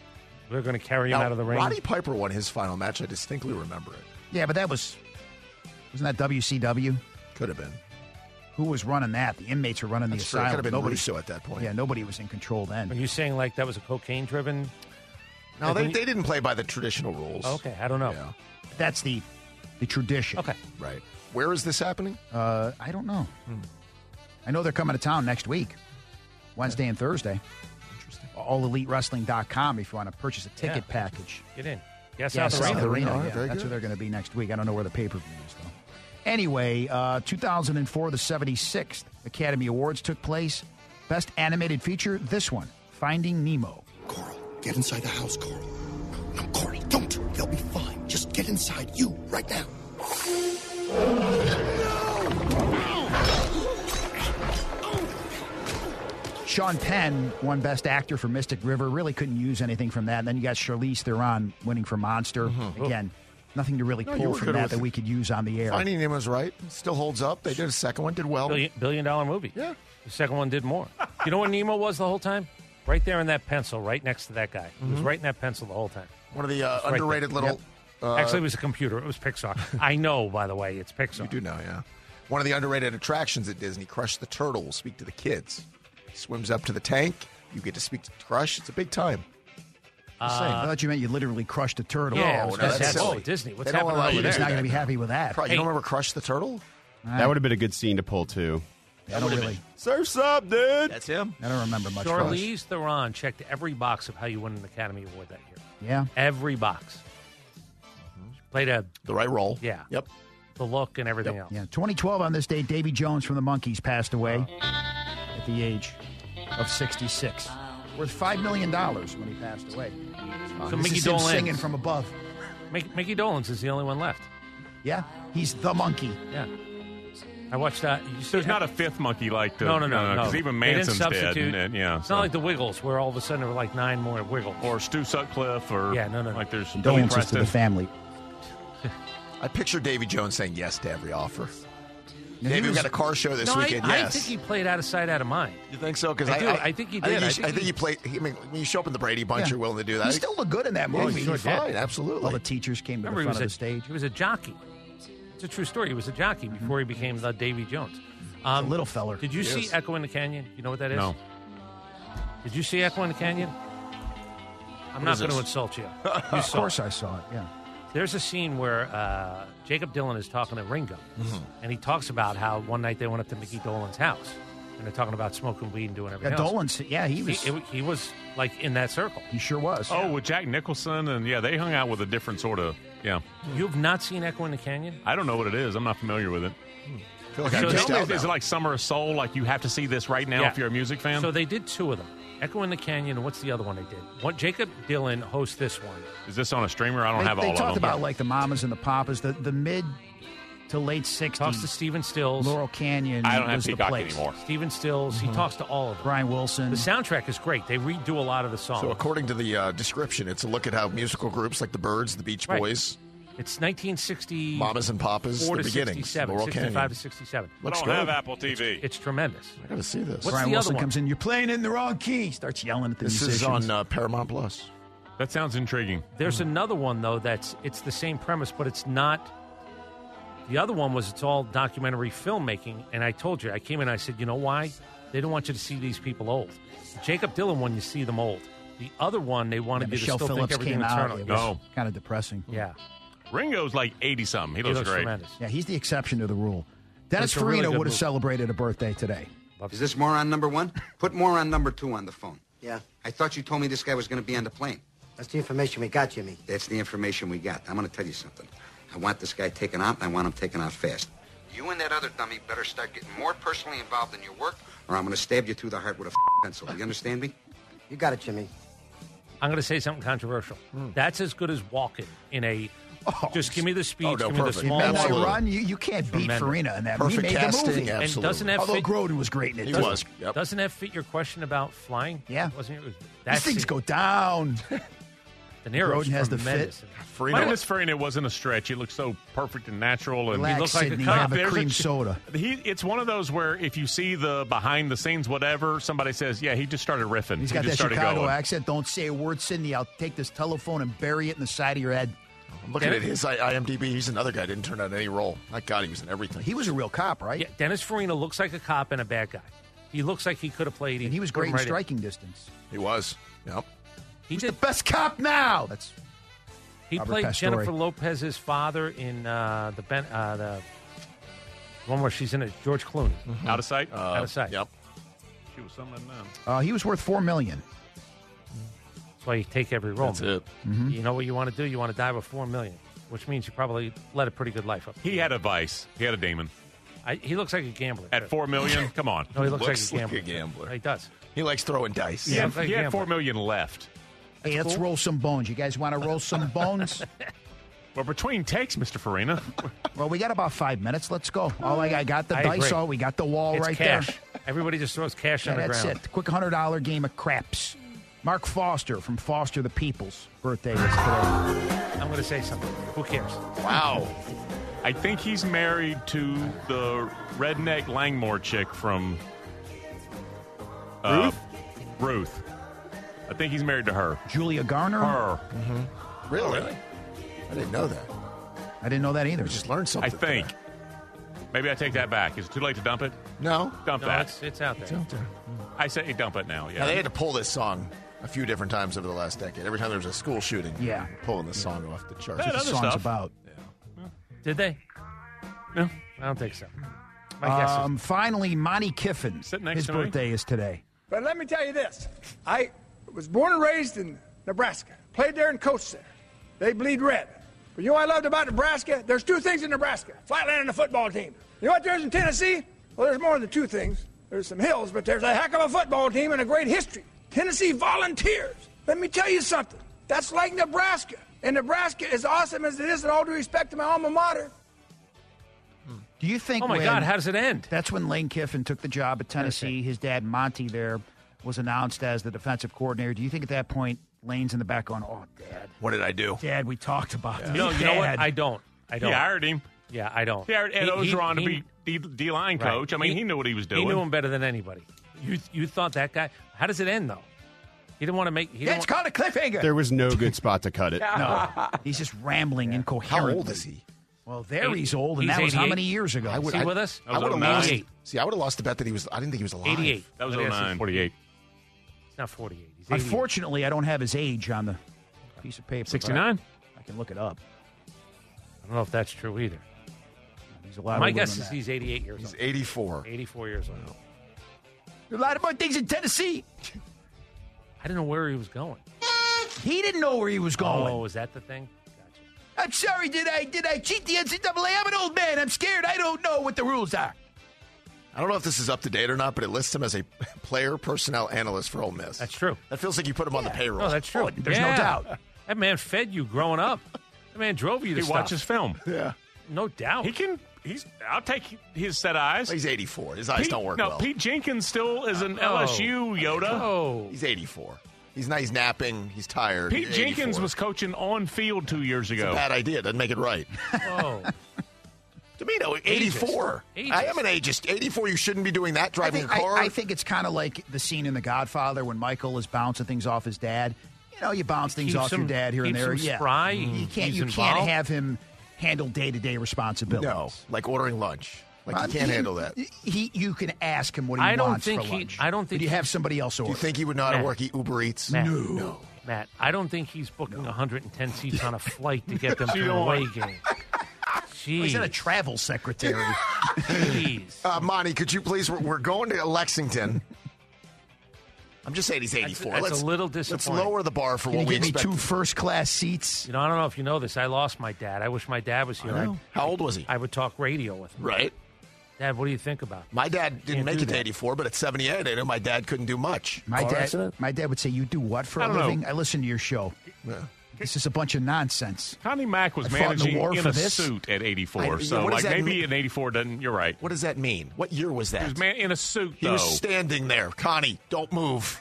[SPEAKER 3] we're going to carry him
[SPEAKER 5] Now,
[SPEAKER 3] out of the ring?
[SPEAKER 5] Roddy Piper won his final match. I distinctly remember it.
[SPEAKER 4] Yeah, but that was wasn't that WCW?
[SPEAKER 5] Could have been.
[SPEAKER 4] Who was running that? The inmates were running
[SPEAKER 5] That's
[SPEAKER 4] the
[SPEAKER 5] true. It
[SPEAKER 4] asylum.
[SPEAKER 5] could have been
[SPEAKER 4] nobody,
[SPEAKER 5] Russo at that point.
[SPEAKER 4] Yeah, nobody was in control
[SPEAKER 3] Are
[SPEAKER 4] then.
[SPEAKER 3] you saying like that was a cocaine driven?
[SPEAKER 5] No, they, they didn't play by the traditional rules.
[SPEAKER 3] Okay, I don't know.
[SPEAKER 4] That's the the tradition.
[SPEAKER 3] Okay.
[SPEAKER 5] Right. Where is this happening?
[SPEAKER 4] Uh, I don't know.
[SPEAKER 5] Hmm.
[SPEAKER 4] I know they're coming to town next week, Wednesday and Thursday. Interesting. AllEliteWrestling.com if you want to purchase a ticket
[SPEAKER 3] Yeah.
[SPEAKER 4] package.
[SPEAKER 3] Get in. Yes,
[SPEAKER 4] Yeah,
[SPEAKER 3] South
[SPEAKER 4] South
[SPEAKER 3] Arena.
[SPEAKER 4] Arena.
[SPEAKER 3] All right,
[SPEAKER 4] yeah.
[SPEAKER 3] very
[SPEAKER 4] That's
[SPEAKER 3] good.
[SPEAKER 4] where they're going to be next week. I don't know where the pay per view is, though. Anyway, uh, 2004, the 76th Academy Awards took place. Best animated feature, this one Finding Nemo.
[SPEAKER 15] Get inside the house, Coral. No, Coral, don't. They'll be fine. Just get inside you right now.
[SPEAKER 4] Sean Penn won Best Actor for Mystic River. Really couldn't use anything from that. And then you got Charlize Theron winning for Monster. Again, nothing to really
[SPEAKER 5] Mm-hmm. Oh. No, you
[SPEAKER 4] pull
[SPEAKER 5] were
[SPEAKER 4] from
[SPEAKER 5] good
[SPEAKER 4] that
[SPEAKER 5] with
[SPEAKER 4] that
[SPEAKER 5] it.
[SPEAKER 4] we could use on the
[SPEAKER 3] Oh.
[SPEAKER 4] air.
[SPEAKER 5] Finding Nemo's right. Still holds up. They did a second one. Did well.
[SPEAKER 3] Billion, billion dollar movie.
[SPEAKER 5] Yeah.
[SPEAKER 3] The second one did more. you know what Nemo was the whole time? Right there in that pencil, right next to that guy. He was
[SPEAKER 5] Mhm.
[SPEAKER 3] right in that pencil the whole time.
[SPEAKER 5] One of the uh,
[SPEAKER 3] Just right there.
[SPEAKER 5] underrated little. Uh,
[SPEAKER 3] Actually, it was a computer. It was Pixar. I know, by the way, it's Pixar.
[SPEAKER 5] You do know, yeah. One of the underrated attractions at Disney, Crush the Turtle. Speak to the kids. He swims up to the tank. You get to speak to Crush. It's a big time.
[SPEAKER 4] Just saying. I thought you meant you literally crushed a turtle.
[SPEAKER 5] Yeah, No, no, that's that's- silly.
[SPEAKER 3] oh, Disney. What's
[SPEAKER 5] They don't
[SPEAKER 3] happening
[SPEAKER 5] allow
[SPEAKER 3] over
[SPEAKER 5] you to
[SPEAKER 3] there?
[SPEAKER 4] He's not going to be happy with that.
[SPEAKER 5] Probably, You don't remember Crush the Turtle?
[SPEAKER 7] That would have been a good scene to pull too.
[SPEAKER 4] I don't really.
[SPEAKER 5] Surf's up, dude. That's him.
[SPEAKER 4] I don't remember much. from it.
[SPEAKER 3] Charlize Theron checked every box of how you won an Academy Award that year.
[SPEAKER 4] Yeah.
[SPEAKER 3] Every box. She played a
[SPEAKER 5] the right role.
[SPEAKER 3] Yeah.
[SPEAKER 5] Yep.
[SPEAKER 3] The look and everything else.
[SPEAKER 4] Yeah, 2012 on this day, Davy Jones from the Monkees passed away at the age of 66. Worth five million dollars when he passed away. this
[SPEAKER 3] So Mickey
[SPEAKER 4] is him
[SPEAKER 3] Dolenz.
[SPEAKER 4] singing from above.
[SPEAKER 3] Mick, Mickey Dolenz is the only one left.
[SPEAKER 4] Yeah, he's the monkey.
[SPEAKER 3] Yeah. I watched that. You see,
[SPEAKER 2] There's not a fifth monkey like the.
[SPEAKER 3] no, no, no,
[SPEAKER 2] uh,
[SPEAKER 3] no.
[SPEAKER 2] 'cause even
[SPEAKER 3] They didn't
[SPEAKER 2] Manson's dead.
[SPEAKER 3] substitute.
[SPEAKER 2] And, and, yeah.
[SPEAKER 3] It's not like the Wiggles, where all of a sudden there were like nine more Wiggles.
[SPEAKER 2] Or Stu Sutcliffe or.
[SPEAKER 3] Yeah, no, no, no.
[SPEAKER 2] Like there's Billy
[SPEAKER 4] Condolences to
[SPEAKER 2] Preston.
[SPEAKER 4] the family.
[SPEAKER 5] I picture Davy Jones saying yes to every offer.
[SPEAKER 4] Now,
[SPEAKER 5] Davey,
[SPEAKER 4] he
[SPEAKER 5] we've
[SPEAKER 4] was-
[SPEAKER 5] got a car show this
[SPEAKER 3] no, I-
[SPEAKER 5] weekend.
[SPEAKER 3] I,
[SPEAKER 5] yes.
[SPEAKER 3] think he played out of sight, out of mind.
[SPEAKER 5] You think so? Because
[SPEAKER 3] I
[SPEAKER 5] I,
[SPEAKER 3] do. I think he did.
[SPEAKER 5] I
[SPEAKER 3] I
[SPEAKER 5] think you,
[SPEAKER 3] think
[SPEAKER 5] I think
[SPEAKER 3] he-
[SPEAKER 5] you play. I mean, when you show up in the Brady Bunch,
[SPEAKER 4] Yeah.
[SPEAKER 5] you're willing to do that.
[SPEAKER 4] He still looked good in that
[SPEAKER 5] Yeah,
[SPEAKER 4] movie.
[SPEAKER 5] he sure
[SPEAKER 4] He's fine,
[SPEAKER 5] did. Absolutely.
[SPEAKER 4] All the teachers came to the
[SPEAKER 3] Remember, he
[SPEAKER 4] front
[SPEAKER 3] was
[SPEAKER 4] of
[SPEAKER 3] a
[SPEAKER 4] the stage. Mm-hmm.
[SPEAKER 3] He was a jockey. It's a true story. He was a jockey before he became the Davy Jones. Um,
[SPEAKER 4] little feller.
[SPEAKER 3] Did you
[SPEAKER 4] Yes.
[SPEAKER 3] see Echo in the Canyon? You know what that is?
[SPEAKER 2] No.
[SPEAKER 3] Did you see Echo in the Canyon? I'm
[SPEAKER 4] What
[SPEAKER 3] not
[SPEAKER 4] is
[SPEAKER 3] going to
[SPEAKER 4] this?
[SPEAKER 3] insult you. You
[SPEAKER 4] of
[SPEAKER 3] saw
[SPEAKER 4] course,
[SPEAKER 3] it.
[SPEAKER 4] I saw it. Yeah.
[SPEAKER 3] There's a scene where uh, Jacob Dylan is talking to Ringo,
[SPEAKER 4] Mm-hmm.
[SPEAKER 3] and he talks about how one night they went up to Mickey Dolan's house, and they're talking about smoking weed and doing
[SPEAKER 4] Yeah,
[SPEAKER 3] everything. else.
[SPEAKER 4] Dolan's. Yeah, he was.
[SPEAKER 3] He, it- he was like in that circle.
[SPEAKER 4] He sure was.
[SPEAKER 2] Oh, with Jack Nicholson and yeah, they hung out with a different sort of yeah.
[SPEAKER 4] Mm-hmm.
[SPEAKER 3] You've not seen Echo in the Canyon?
[SPEAKER 2] I don't know what it is. I'm not familiar with it.
[SPEAKER 3] feel like
[SPEAKER 2] So
[SPEAKER 3] I
[SPEAKER 2] is
[SPEAKER 3] missed
[SPEAKER 2] it-
[SPEAKER 3] out
[SPEAKER 2] is, it
[SPEAKER 3] now.
[SPEAKER 2] like Summer of Soul? Like you have to see this right now
[SPEAKER 3] Yeah.
[SPEAKER 2] if you're a music fan.
[SPEAKER 3] So they did two of them. Echo in the Canyon. and What's the other one they did? One, Jacob Dylan hosts this one.
[SPEAKER 2] is this on a streamer? I don't
[SPEAKER 4] they
[SPEAKER 2] have
[SPEAKER 4] they
[SPEAKER 2] all
[SPEAKER 4] talked
[SPEAKER 2] of them.
[SPEAKER 4] about like the mamas and the papas, the, the mid to late 60s.
[SPEAKER 3] Talks to Stephen Stills.
[SPEAKER 4] Laurel Canyon.
[SPEAKER 3] I don't have
[SPEAKER 4] was the
[SPEAKER 3] Peacock
[SPEAKER 4] place.
[SPEAKER 3] anymore. Steven Stills.
[SPEAKER 5] Mm-hmm.
[SPEAKER 3] He talks to all of them.
[SPEAKER 4] Brian Wilson.
[SPEAKER 3] The soundtrack is great. They redo a lot of the songs.
[SPEAKER 5] So, according to the uh, description, it's a look at how musical groups like the Birds, the Beach
[SPEAKER 3] Right.
[SPEAKER 5] Boys,
[SPEAKER 3] It's 1960.
[SPEAKER 5] Mamas and Papas,
[SPEAKER 3] Four
[SPEAKER 5] the
[SPEAKER 3] to
[SPEAKER 5] beginning,
[SPEAKER 3] 67,
[SPEAKER 5] Laurel
[SPEAKER 3] 65
[SPEAKER 5] Canyon.
[SPEAKER 3] to 67.
[SPEAKER 5] Looks I don't good. have
[SPEAKER 2] Apple TV.
[SPEAKER 3] It's, tremendous.
[SPEAKER 5] I gotta see this.
[SPEAKER 3] What's
[SPEAKER 4] Brian
[SPEAKER 3] the
[SPEAKER 4] Wilson
[SPEAKER 3] other one?
[SPEAKER 4] comes in. You're playing in the wrong key. Starts yelling at the
[SPEAKER 5] This
[SPEAKER 4] musicians.
[SPEAKER 5] is on uh, Paramount Plus.
[SPEAKER 2] That sounds intriguing.
[SPEAKER 3] There's
[SPEAKER 4] Mm-hmm.
[SPEAKER 3] another one though that's it's the same premise, but it's not. The other one was it's all documentary filmmaking, and I told you I came in. I said, you know why? They don't want you to see these people old. The Jacob Dylan one, you see them old. The other one, they wanted
[SPEAKER 4] Yeah,
[SPEAKER 3] you to
[SPEAKER 4] Michelle
[SPEAKER 3] still
[SPEAKER 4] Phillips
[SPEAKER 3] think everything
[SPEAKER 4] came out.
[SPEAKER 3] eternally.
[SPEAKER 4] It was Mm. kind of depressing.
[SPEAKER 3] Yeah.
[SPEAKER 2] Ringo's like eighty something. He, looks, great.
[SPEAKER 4] Yeah, he's the exception to the rule. Dennis
[SPEAKER 2] It's a really
[SPEAKER 4] Farina
[SPEAKER 2] good
[SPEAKER 4] would have
[SPEAKER 2] movie.
[SPEAKER 4] celebrated a birthday today.
[SPEAKER 9] Is this moron number one? Put moron number two on the phone. Yeah. I thought you told me this guy was going to be on the plane.
[SPEAKER 16] That's the information we got, Jimmy.
[SPEAKER 9] That's the information we got. I'm going to tell you something. I want this guy taken out, and I want him taken out fast. You and that other dummy better start getting more personally involved in your work, or I'm going to stab you through the heart with a pencil. You understand me? You got it, Jimmy.
[SPEAKER 3] I'm going to say something controversial.
[SPEAKER 2] Hmm.
[SPEAKER 3] That's as good as walking in a. just give me the speech. give me the small.
[SPEAKER 4] Midnight
[SPEAKER 3] words.
[SPEAKER 4] Run, you, you can't beat
[SPEAKER 3] Tremendous.
[SPEAKER 4] Farina in that. he made the movie.
[SPEAKER 3] And doesn't that
[SPEAKER 4] Although
[SPEAKER 3] fit,
[SPEAKER 4] Groden was great in it. too.
[SPEAKER 3] doesn't- Doesn't that fit your question about flying? Yeah. Wasn't it?
[SPEAKER 4] These
[SPEAKER 3] That's
[SPEAKER 4] things go down.
[SPEAKER 3] De Niro's
[SPEAKER 4] Groden has the
[SPEAKER 3] tremendous.
[SPEAKER 4] fit.
[SPEAKER 2] Farina, Minus Farina, it wasn't a stretch. He looked so perfect and natural, and
[SPEAKER 4] Relax,
[SPEAKER 2] he looked
[SPEAKER 4] Sidney,
[SPEAKER 2] like a cop.
[SPEAKER 4] have a
[SPEAKER 2] There's
[SPEAKER 4] cream soda.
[SPEAKER 2] He, it's one of those where if you see the behind the scenes, whatever, somebody says, "Yeah, he just started riffing.
[SPEAKER 4] He's
[SPEAKER 2] he
[SPEAKER 4] got
[SPEAKER 2] just
[SPEAKER 4] that
[SPEAKER 2] started
[SPEAKER 4] Chicago
[SPEAKER 2] going."
[SPEAKER 4] accent. Don't say a word, Cindy. I'll take this telephone and bury it in the side of your head.
[SPEAKER 5] I'm looking at his I- IMDb. He's another guy. Didn't turn out any role. Thank God he was in everything.
[SPEAKER 4] He was a real cop, right?
[SPEAKER 3] Yeah, Dennis Farina looks like a cop and a bad guy. He looks like he could have played.
[SPEAKER 4] And he was great in striking distance.
[SPEAKER 5] He was. Yep.
[SPEAKER 3] He
[SPEAKER 4] He's the best cop now. That's
[SPEAKER 3] He
[SPEAKER 4] Robert
[SPEAKER 3] played
[SPEAKER 4] Pastore.
[SPEAKER 3] Jennifer Lopez's father in uh, the ben, uh, the one where she's in it. George Clooney.
[SPEAKER 4] Mm-hmm.
[SPEAKER 2] Mm-hmm. Out of sight.
[SPEAKER 3] Out of sight.
[SPEAKER 5] Uh, Yep.
[SPEAKER 2] She was something now.
[SPEAKER 4] uh, he was worth four million.
[SPEAKER 3] That's why you take every role.
[SPEAKER 4] That's it. Mhm.
[SPEAKER 3] You know what you want to do? You want to die with four million, which means you probably led a pretty good life up.
[SPEAKER 2] He had a vice. He had a demon.
[SPEAKER 3] I, he looks like a gambler.
[SPEAKER 2] At four million, come on.
[SPEAKER 3] No, he looks,
[SPEAKER 5] Looks
[SPEAKER 3] like a
[SPEAKER 5] like
[SPEAKER 3] gambler.
[SPEAKER 5] a gambler.
[SPEAKER 3] He does.
[SPEAKER 5] He likes throwing dice.
[SPEAKER 2] He
[SPEAKER 3] Yeah,
[SPEAKER 2] had,
[SPEAKER 3] like
[SPEAKER 2] he had
[SPEAKER 3] Gambler.
[SPEAKER 2] four million left.
[SPEAKER 4] Hey, let's roll some bones. You guys want to roll some bones?
[SPEAKER 2] Well, between takes, Mister Farina.
[SPEAKER 4] well, we got about five minutes. Let's go. All I, I got the
[SPEAKER 3] I
[SPEAKER 4] dice.
[SPEAKER 3] agree.
[SPEAKER 4] All we got the wall
[SPEAKER 3] It's
[SPEAKER 4] right
[SPEAKER 3] cash.
[SPEAKER 4] there.
[SPEAKER 3] Everybody just throws cash
[SPEAKER 4] Yeah,
[SPEAKER 3] on the
[SPEAKER 4] that's
[SPEAKER 3] ground.
[SPEAKER 4] it. Quick hundred dollar game of craps. Mark Foster from Foster the People's birthday is today.
[SPEAKER 3] I'm going to say something. Who cares?
[SPEAKER 2] Wow. I think he's married to the redneck Langmore chick from uh, Ruth. Ruth. I think he's married to her.
[SPEAKER 4] Julia Garner.
[SPEAKER 2] Her.
[SPEAKER 5] Really? I didn't know that.
[SPEAKER 4] I didn't know that either.
[SPEAKER 5] just learned
[SPEAKER 2] I think. Maybe I take that back. Is it too late to dump it?
[SPEAKER 5] No.
[SPEAKER 2] Dump
[SPEAKER 5] No,
[SPEAKER 2] that.
[SPEAKER 5] it's- it's out there. It's out there.
[SPEAKER 2] I say dump it now. Yeah.
[SPEAKER 5] Now, they had to pull this song a few different times over the last decade. Every time there was a school shooting,
[SPEAKER 2] Yeah.
[SPEAKER 5] they were pulling this song off the charts.
[SPEAKER 2] They had
[SPEAKER 5] What the
[SPEAKER 2] other
[SPEAKER 5] song's
[SPEAKER 2] stuff.
[SPEAKER 5] about?
[SPEAKER 3] Did they? No, I don't think so. My guess is
[SPEAKER 4] Um, finally, Monty Kiffin. His
[SPEAKER 3] to me.
[SPEAKER 4] birthday is today.
[SPEAKER 17] But let me tell you this. I was born and raised in Nebraska. Played there and coached there. They bleed red. But you know what I loved about Nebraska? There's two things in Nebraska. Flatland and the football team. You know what there's in Tennessee? Well, there's more than two things. There's some hills, but there's a heck of a football team and a great history. Tennessee Volunteers. Let me tell you something. That's like Nebraska. And Nebraska, as awesome as it is, and all due respect to my alma mater,
[SPEAKER 4] Do you think?
[SPEAKER 17] Oh, my
[SPEAKER 4] when-
[SPEAKER 17] God, how
[SPEAKER 3] does it end?
[SPEAKER 4] That's when Lane Kiffin took the job at Tennessee. His dad Monty there was announced as the defensive coordinator. Do you think at that point Lane's in the back going, "Oh, Dad,
[SPEAKER 5] What did I do?
[SPEAKER 4] Dad, we talked about this.
[SPEAKER 3] No, you know what?
[SPEAKER 4] Dad."
[SPEAKER 3] I don't. I don't.
[SPEAKER 2] He hired him.
[SPEAKER 3] Yeah, I don't.
[SPEAKER 2] He hired Ed Ogeron to be D- D-line
[SPEAKER 3] Right.
[SPEAKER 2] coach. I mean, he, knew what he was doing.
[SPEAKER 3] He knew him better than anybody. You you thought that guy? How does it end though? He didn't want to make. He didn't want,
[SPEAKER 4] cliffhanger.
[SPEAKER 7] There was no good spot to cut it.
[SPEAKER 4] no, he's just rambling incoherently.
[SPEAKER 7] How old is he?
[SPEAKER 4] Well, there he's old, and that was how many years ago?
[SPEAKER 5] I would, I, I would have lost. See, I would have lost the bet that he was. I didn't think he was alive.
[SPEAKER 3] 88.
[SPEAKER 2] oh That was
[SPEAKER 3] Let me ask you
[SPEAKER 2] 09. 48.
[SPEAKER 3] Not 48. He's 88.
[SPEAKER 4] Unfortunately, I don't have his age on the piece of paper. but
[SPEAKER 3] 69?
[SPEAKER 4] I can look it up.
[SPEAKER 3] I don't know if that's true either.
[SPEAKER 4] He's a lot
[SPEAKER 3] My
[SPEAKER 4] older
[SPEAKER 3] guess
[SPEAKER 4] than
[SPEAKER 3] is
[SPEAKER 4] that.
[SPEAKER 3] he's 88 years
[SPEAKER 5] He's
[SPEAKER 3] old.
[SPEAKER 5] 84.
[SPEAKER 3] 84 years old.
[SPEAKER 4] A lot of more things in Tennessee.
[SPEAKER 3] I didn't know where he was going.
[SPEAKER 4] He didn't know where he was going.
[SPEAKER 3] Oh, is that the thing?
[SPEAKER 4] I'm sorry, did I did I cheat the NCAA? I'm an old man. I'm scared. I don't know what the rules are.
[SPEAKER 5] I don't know if this is up to date or not, but it lists him as a player personnel analyst for Ole Miss. That's
[SPEAKER 3] true.
[SPEAKER 5] That feels like you put him on the payroll.
[SPEAKER 3] Oh, that's true. Yeah. That man fed you growing up. That man drove you to
[SPEAKER 2] He
[SPEAKER 3] stuff.
[SPEAKER 2] watches film.
[SPEAKER 5] Yeah.
[SPEAKER 3] No doubt.
[SPEAKER 2] He can. He's. I'll take his set of eyes.
[SPEAKER 5] He's 84. His eyes
[SPEAKER 2] Pete-
[SPEAKER 5] don't work
[SPEAKER 2] No,
[SPEAKER 5] well.
[SPEAKER 2] Pete Jenkins still is an
[SPEAKER 5] Oh.
[SPEAKER 2] LSU Yoda.
[SPEAKER 3] Oh.
[SPEAKER 5] He's 84. He's not. He's napping. He's tired.
[SPEAKER 2] Pete
[SPEAKER 5] He's 84.
[SPEAKER 2] Jenkins was coaching on field two years
[SPEAKER 5] It's
[SPEAKER 2] ago.
[SPEAKER 5] a bad idea. Doesn't make it right.
[SPEAKER 3] Whoa.
[SPEAKER 5] Domino, 84.
[SPEAKER 4] Ageist.
[SPEAKER 5] I am an ageist. 84, you shouldn't be doing that,
[SPEAKER 4] I
[SPEAKER 5] driving
[SPEAKER 4] think,
[SPEAKER 5] a car.
[SPEAKER 4] I, I think it's kind of like the scene in The Godfather when Michael is bouncing things off his dad. You know, you bounce things
[SPEAKER 3] Keeps
[SPEAKER 4] off your
[SPEAKER 3] him-
[SPEAKER 4] dad here and
[SPEAKER 3] keeps
[SPEAKER 4] there.
[SPEAKER 3] him
[SPEAKER 4] yeah,
[SPEAKER 3] spry.
[SPEAKER 4] you can't
[SPEAKER 3] He's
[SPEAKER 4] you can't
[SPEAKER 3] involved.
[SPEAKER 4] have him handle day to day responsibilities.
[SPEAKER 5] no, like ordering lunch. Like,
[SPEAKER 4] Um,
[SPEAKER 5] you can't handle that.
[SPEAKER 4] He, you can ask him what he
[SPEAKER 3] I don't
[SPEAKER 4] wants
[SPEAKER 3] think
[SPEAKER 4] for
[SPEAKER 3] he-
[SPEAKER 4] lunch.
[SPEAKER 3] I don't
[SPEAKER 4] But
[SPEAKER 3] think
[SPEAKER 4] you
[SPEAKER 3] he-
[SPEAKER 4] have somebody else
[SPEAKER 5] Do
[SPEAKER 4] order.
[SPEAKER 5] you think he would know how
[SPEAKER 3] Matt.
[SPEAKER 5] to work Eat Uber Eats?
[SPEAKER 3] Matt.
[SPEAKER 5] No.
[SPEAKER 3] Matt, I don't think he's booking 110 seats on a flight to get them to
[SPEAKER 5] You
[SPEAKER 3] an
[SPEAKER 5] don't
[SPEAKER 3] away
[SPEAKER 5] want-
[SPEAKER 3] game.
[SPEAKER 4] Well, he's
[SPEAKER 3] Jeez.
[SPEAKER 4] not a travel secretary.
[SPEAKER 5] Uh, Monty, could you please? We're, we're going to Lexington. I'm just saying he's 84.
[SPEAKER 3] that's a
[SPEAKER 5] let's,
[SPEAKER 3] little
[SPEAKER 5] Let's
[SPEAKER 3] disappointing.
[SPEAKER 5] lower the bar
[SPEAKER 4] Can
[SPEAKER 5] for
[SPEAKER 4] you
[SPEAKER 5] what we
[SPEAKER 4] give me
[SPEAKER 5] expect.
[SPEAKER 4] two first class seats?
[SPEAKER 3] You know, I don't know if you know this. I lost my dad. I wish my dad was here.
[SPEAKER 5] I know. How old was he?
[SPEAKER 3] I would talk radio with him.
[SPEAKER 5] Right.
[SPEAKER 3] Dad, what do you think about?
[SPEAKER 5] My dad didn't
[SPEAKER 3] Can't
[SPEAKER 5] make
[SPEAKER 3] do
[SPEAKER 5] it to
[SPEAKER 3] that.
[SPEAKER 5] 84, but at 78, I know my dad couldn't do much.
[SPEAKER 4] My
[SPEAKER 5] Car
[SPEAKER 4] dad,
[SPEAKER 5] accident?
[SPEAKER 4] my dad would say, "You do what for
[SPEAKER 5] I
[SPEAKER 4] a
[SPEAKER 5] don't know.
[SPEAKER 4] living?" I listen to your show. This is a bunch of nonsense.
[SPEAKER 2] Connie Mack was
[SPEAKER 4] I fought in the
[SPEAKER 2] managing
[SPEAKER 4] war
[SPEAKER 2] in,
[SPEAKER 4] for
[SPEAKER 2] a
[SPEAKER 4] this.
[SPEAKER 2] suit at 84.
[SPEAKER 5] I-
[SPEAKER 2] so,
[SPEAKER 5] what
[SPEAKER 2] like,
[SPEAKER 5] does that
[SPEAKER 2] maybe
[SPEAKER 5] mean?
[SPEAKER 2] an 84 doesn't. You're right.
[SPEAKER 5] What does that mean? What year was
[SPEAKER 2] He
[SPEAKER 5] that?
[SPEAKER 2] was man in a suit,
[SPEAKER 5] He
[SPEAKER 2] though.
[SPEAKER 5] was standing there. Connie, don't move.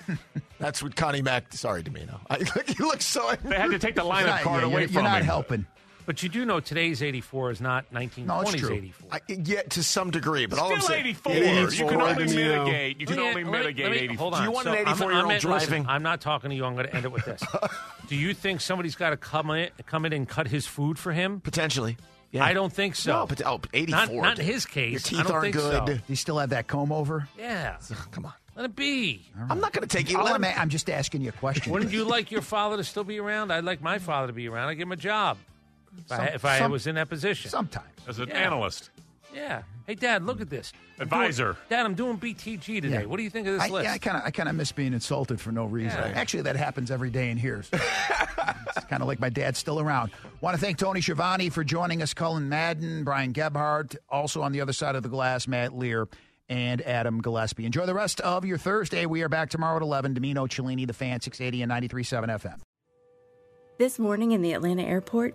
[SPEAKER 5] That's what Connie Mack. Sorry, Domino. I, you look so.
[SPEAKER 2] they had to take the lineup
[SPEAKER 4] Right,
[SPEAKER 2] card
[SPEAKER 4] yeah,
[SPEAKER 2] away
[SPEAKER 4] you're,
[SPEAKER 2] from
[SPEAKER 4] you're not
[SPEAKER 2] him.
[SPEAKER 4] helping.
[SPEAKER 3] But you do know today's 84 is not 1920s
[SPEAKER 4] No, it's true.
[SPEAKER 3] 84.
[SPEAKER 5] I, yeah, to some degree, but all I'm
[SPEAKER 2] Still
[SPEAKER 5] saying,
[SPEAKER 2] 84. You
[SPEAKER 5] 84,
[SPEAKER 2] can only
[SPEAKER 5] Domino.
[SPEAKER 2] mitigate. You can
[SPEAKER 3] Let me-
[SPEAKER 2] only
[SPEAKER 3] let me-
[SPEAKER 2] mitigate
[SPEAKER 3] let me-
[SPEAKER 2] 84.
[SPEAKER 3] Hold on.
[SPEAKER 5] Do you want
[SPEAKER 3] So
[SPEAKER 5] an
[SPEAKER 3] I'm-
[SPEAKER 5] 84-year-old
[SPEAKER 3] I'm- listen,
[SPEAKER 5] driving?
[SPEAKER 3] I'm not talking to you. I'm going to end it with this. do you think somebody's got to come in, come in and cut his food for him?
[SPEAKER 5] potentially. Yeah.
[SPEAKER 3] I don't think so.
[SPEAKER 5] No, but oh, 84.
[SPEAKER 3] Not- not in
[SPEAKER 5] dude.
[SPEAKER 3] his case.
[SPEAKER 5] Your teeth
[SPEAKER 3] I don't
[SPEAKER 5] aren't
[SPEAKER 3] think so.
[SPEAKER 5] good.
[SPEAKER 4] Do you still have that comb over?
[SPEAKER 3] yeah.
[SPEAKER 5] Come on.
[SPEAKER 3] Let it be.
[SPEAKER 5] I'm not going to take you.
[SPEAKER 4] All
[SPEAKER 5] Let
[SPEAKER 4] I'm,
[SPEAKER 5] him-
[SPEAKER 4] a- I'm just asking you a question.
[SPEAKER 3] Wouldn't you like your father to still be around? I'd like my father to be around. I'd give him a job if, I,
[SPEAKER 4] Some-
[SPEAKER 3] if I
[SPEAKER 4] some-
[SPEAKER 3] was in that position.
[SPEAKER 4] Sometimes.
[SPEAKER 2] As an
[SPEAKER 3] Yeah.
[SPEAKER 2] analyst.
[SPEAKER 3] Yeah. Hey, Dad, look at this. I'm doing-
[SPEAKER 2] Advisor.
[SPEAKER 3] Dad, I'm doing BTG today.
[SPEAKER 4] Yeah.
[SPEAKER 3] What do you think of this
[SPEAKER 4] I,
[SPEAKER 3] list?
[SPEAKER 4] yeah, I kind of, I kind of miss being insulted for no reason.
[SPEAKER 3] Yeah.
[SPEAKER 4] Actually, that happens every day in here. so it's kind of like my dad's still around. Want to thank Tony Schiavone for joining us, Cullen Madden, Brian Gebhardt, also on the other side of the glass, Matt Lear and Adam Gillespie. Enjoy the rest of your Thursday. We are back tomorrow at eleven. Domino Cellini, the fan, six eighty and ninety three seven FM.
[SPEAKER 18] This morning in the Atlanta airport,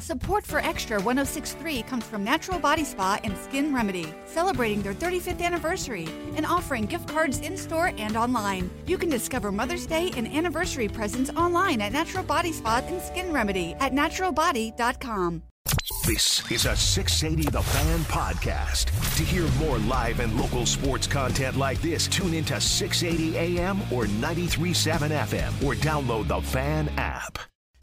[SPEAKER 19] Support for Extra 1063 comes from Natural Body Spa and Skin Remedy, celebrating their 35th anniversary and offering gift cards in store and online. You can discover Mother's Day and anniversary presents online at Natural Body Spa and Skin Remedy at naturalbody.com.
[SPEAKER 1] This is a 680 The Fan podcast. To hear more live and local sports content like this, tune into 680 AM or 937 FM or download the Fan app.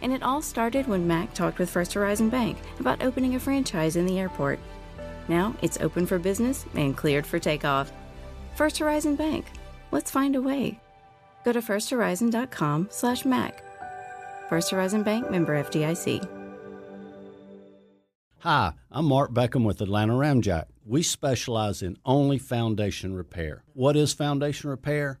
[SPEAKER 18] And it all started when Mac talked with First Horizon Bank about opening a franchise in the airport. Now it's open for business and cleared for takeoff. First Horizon Bank. Let's find a way. Go to firsthorizon.com/mac. slash Mac. First Horizon Bank member FDIC.
[SPEAKER 20] Hi, I'm Mark Beckham with Atlanta Ramjack. We specialize in only foundation repair. What is foundation repair?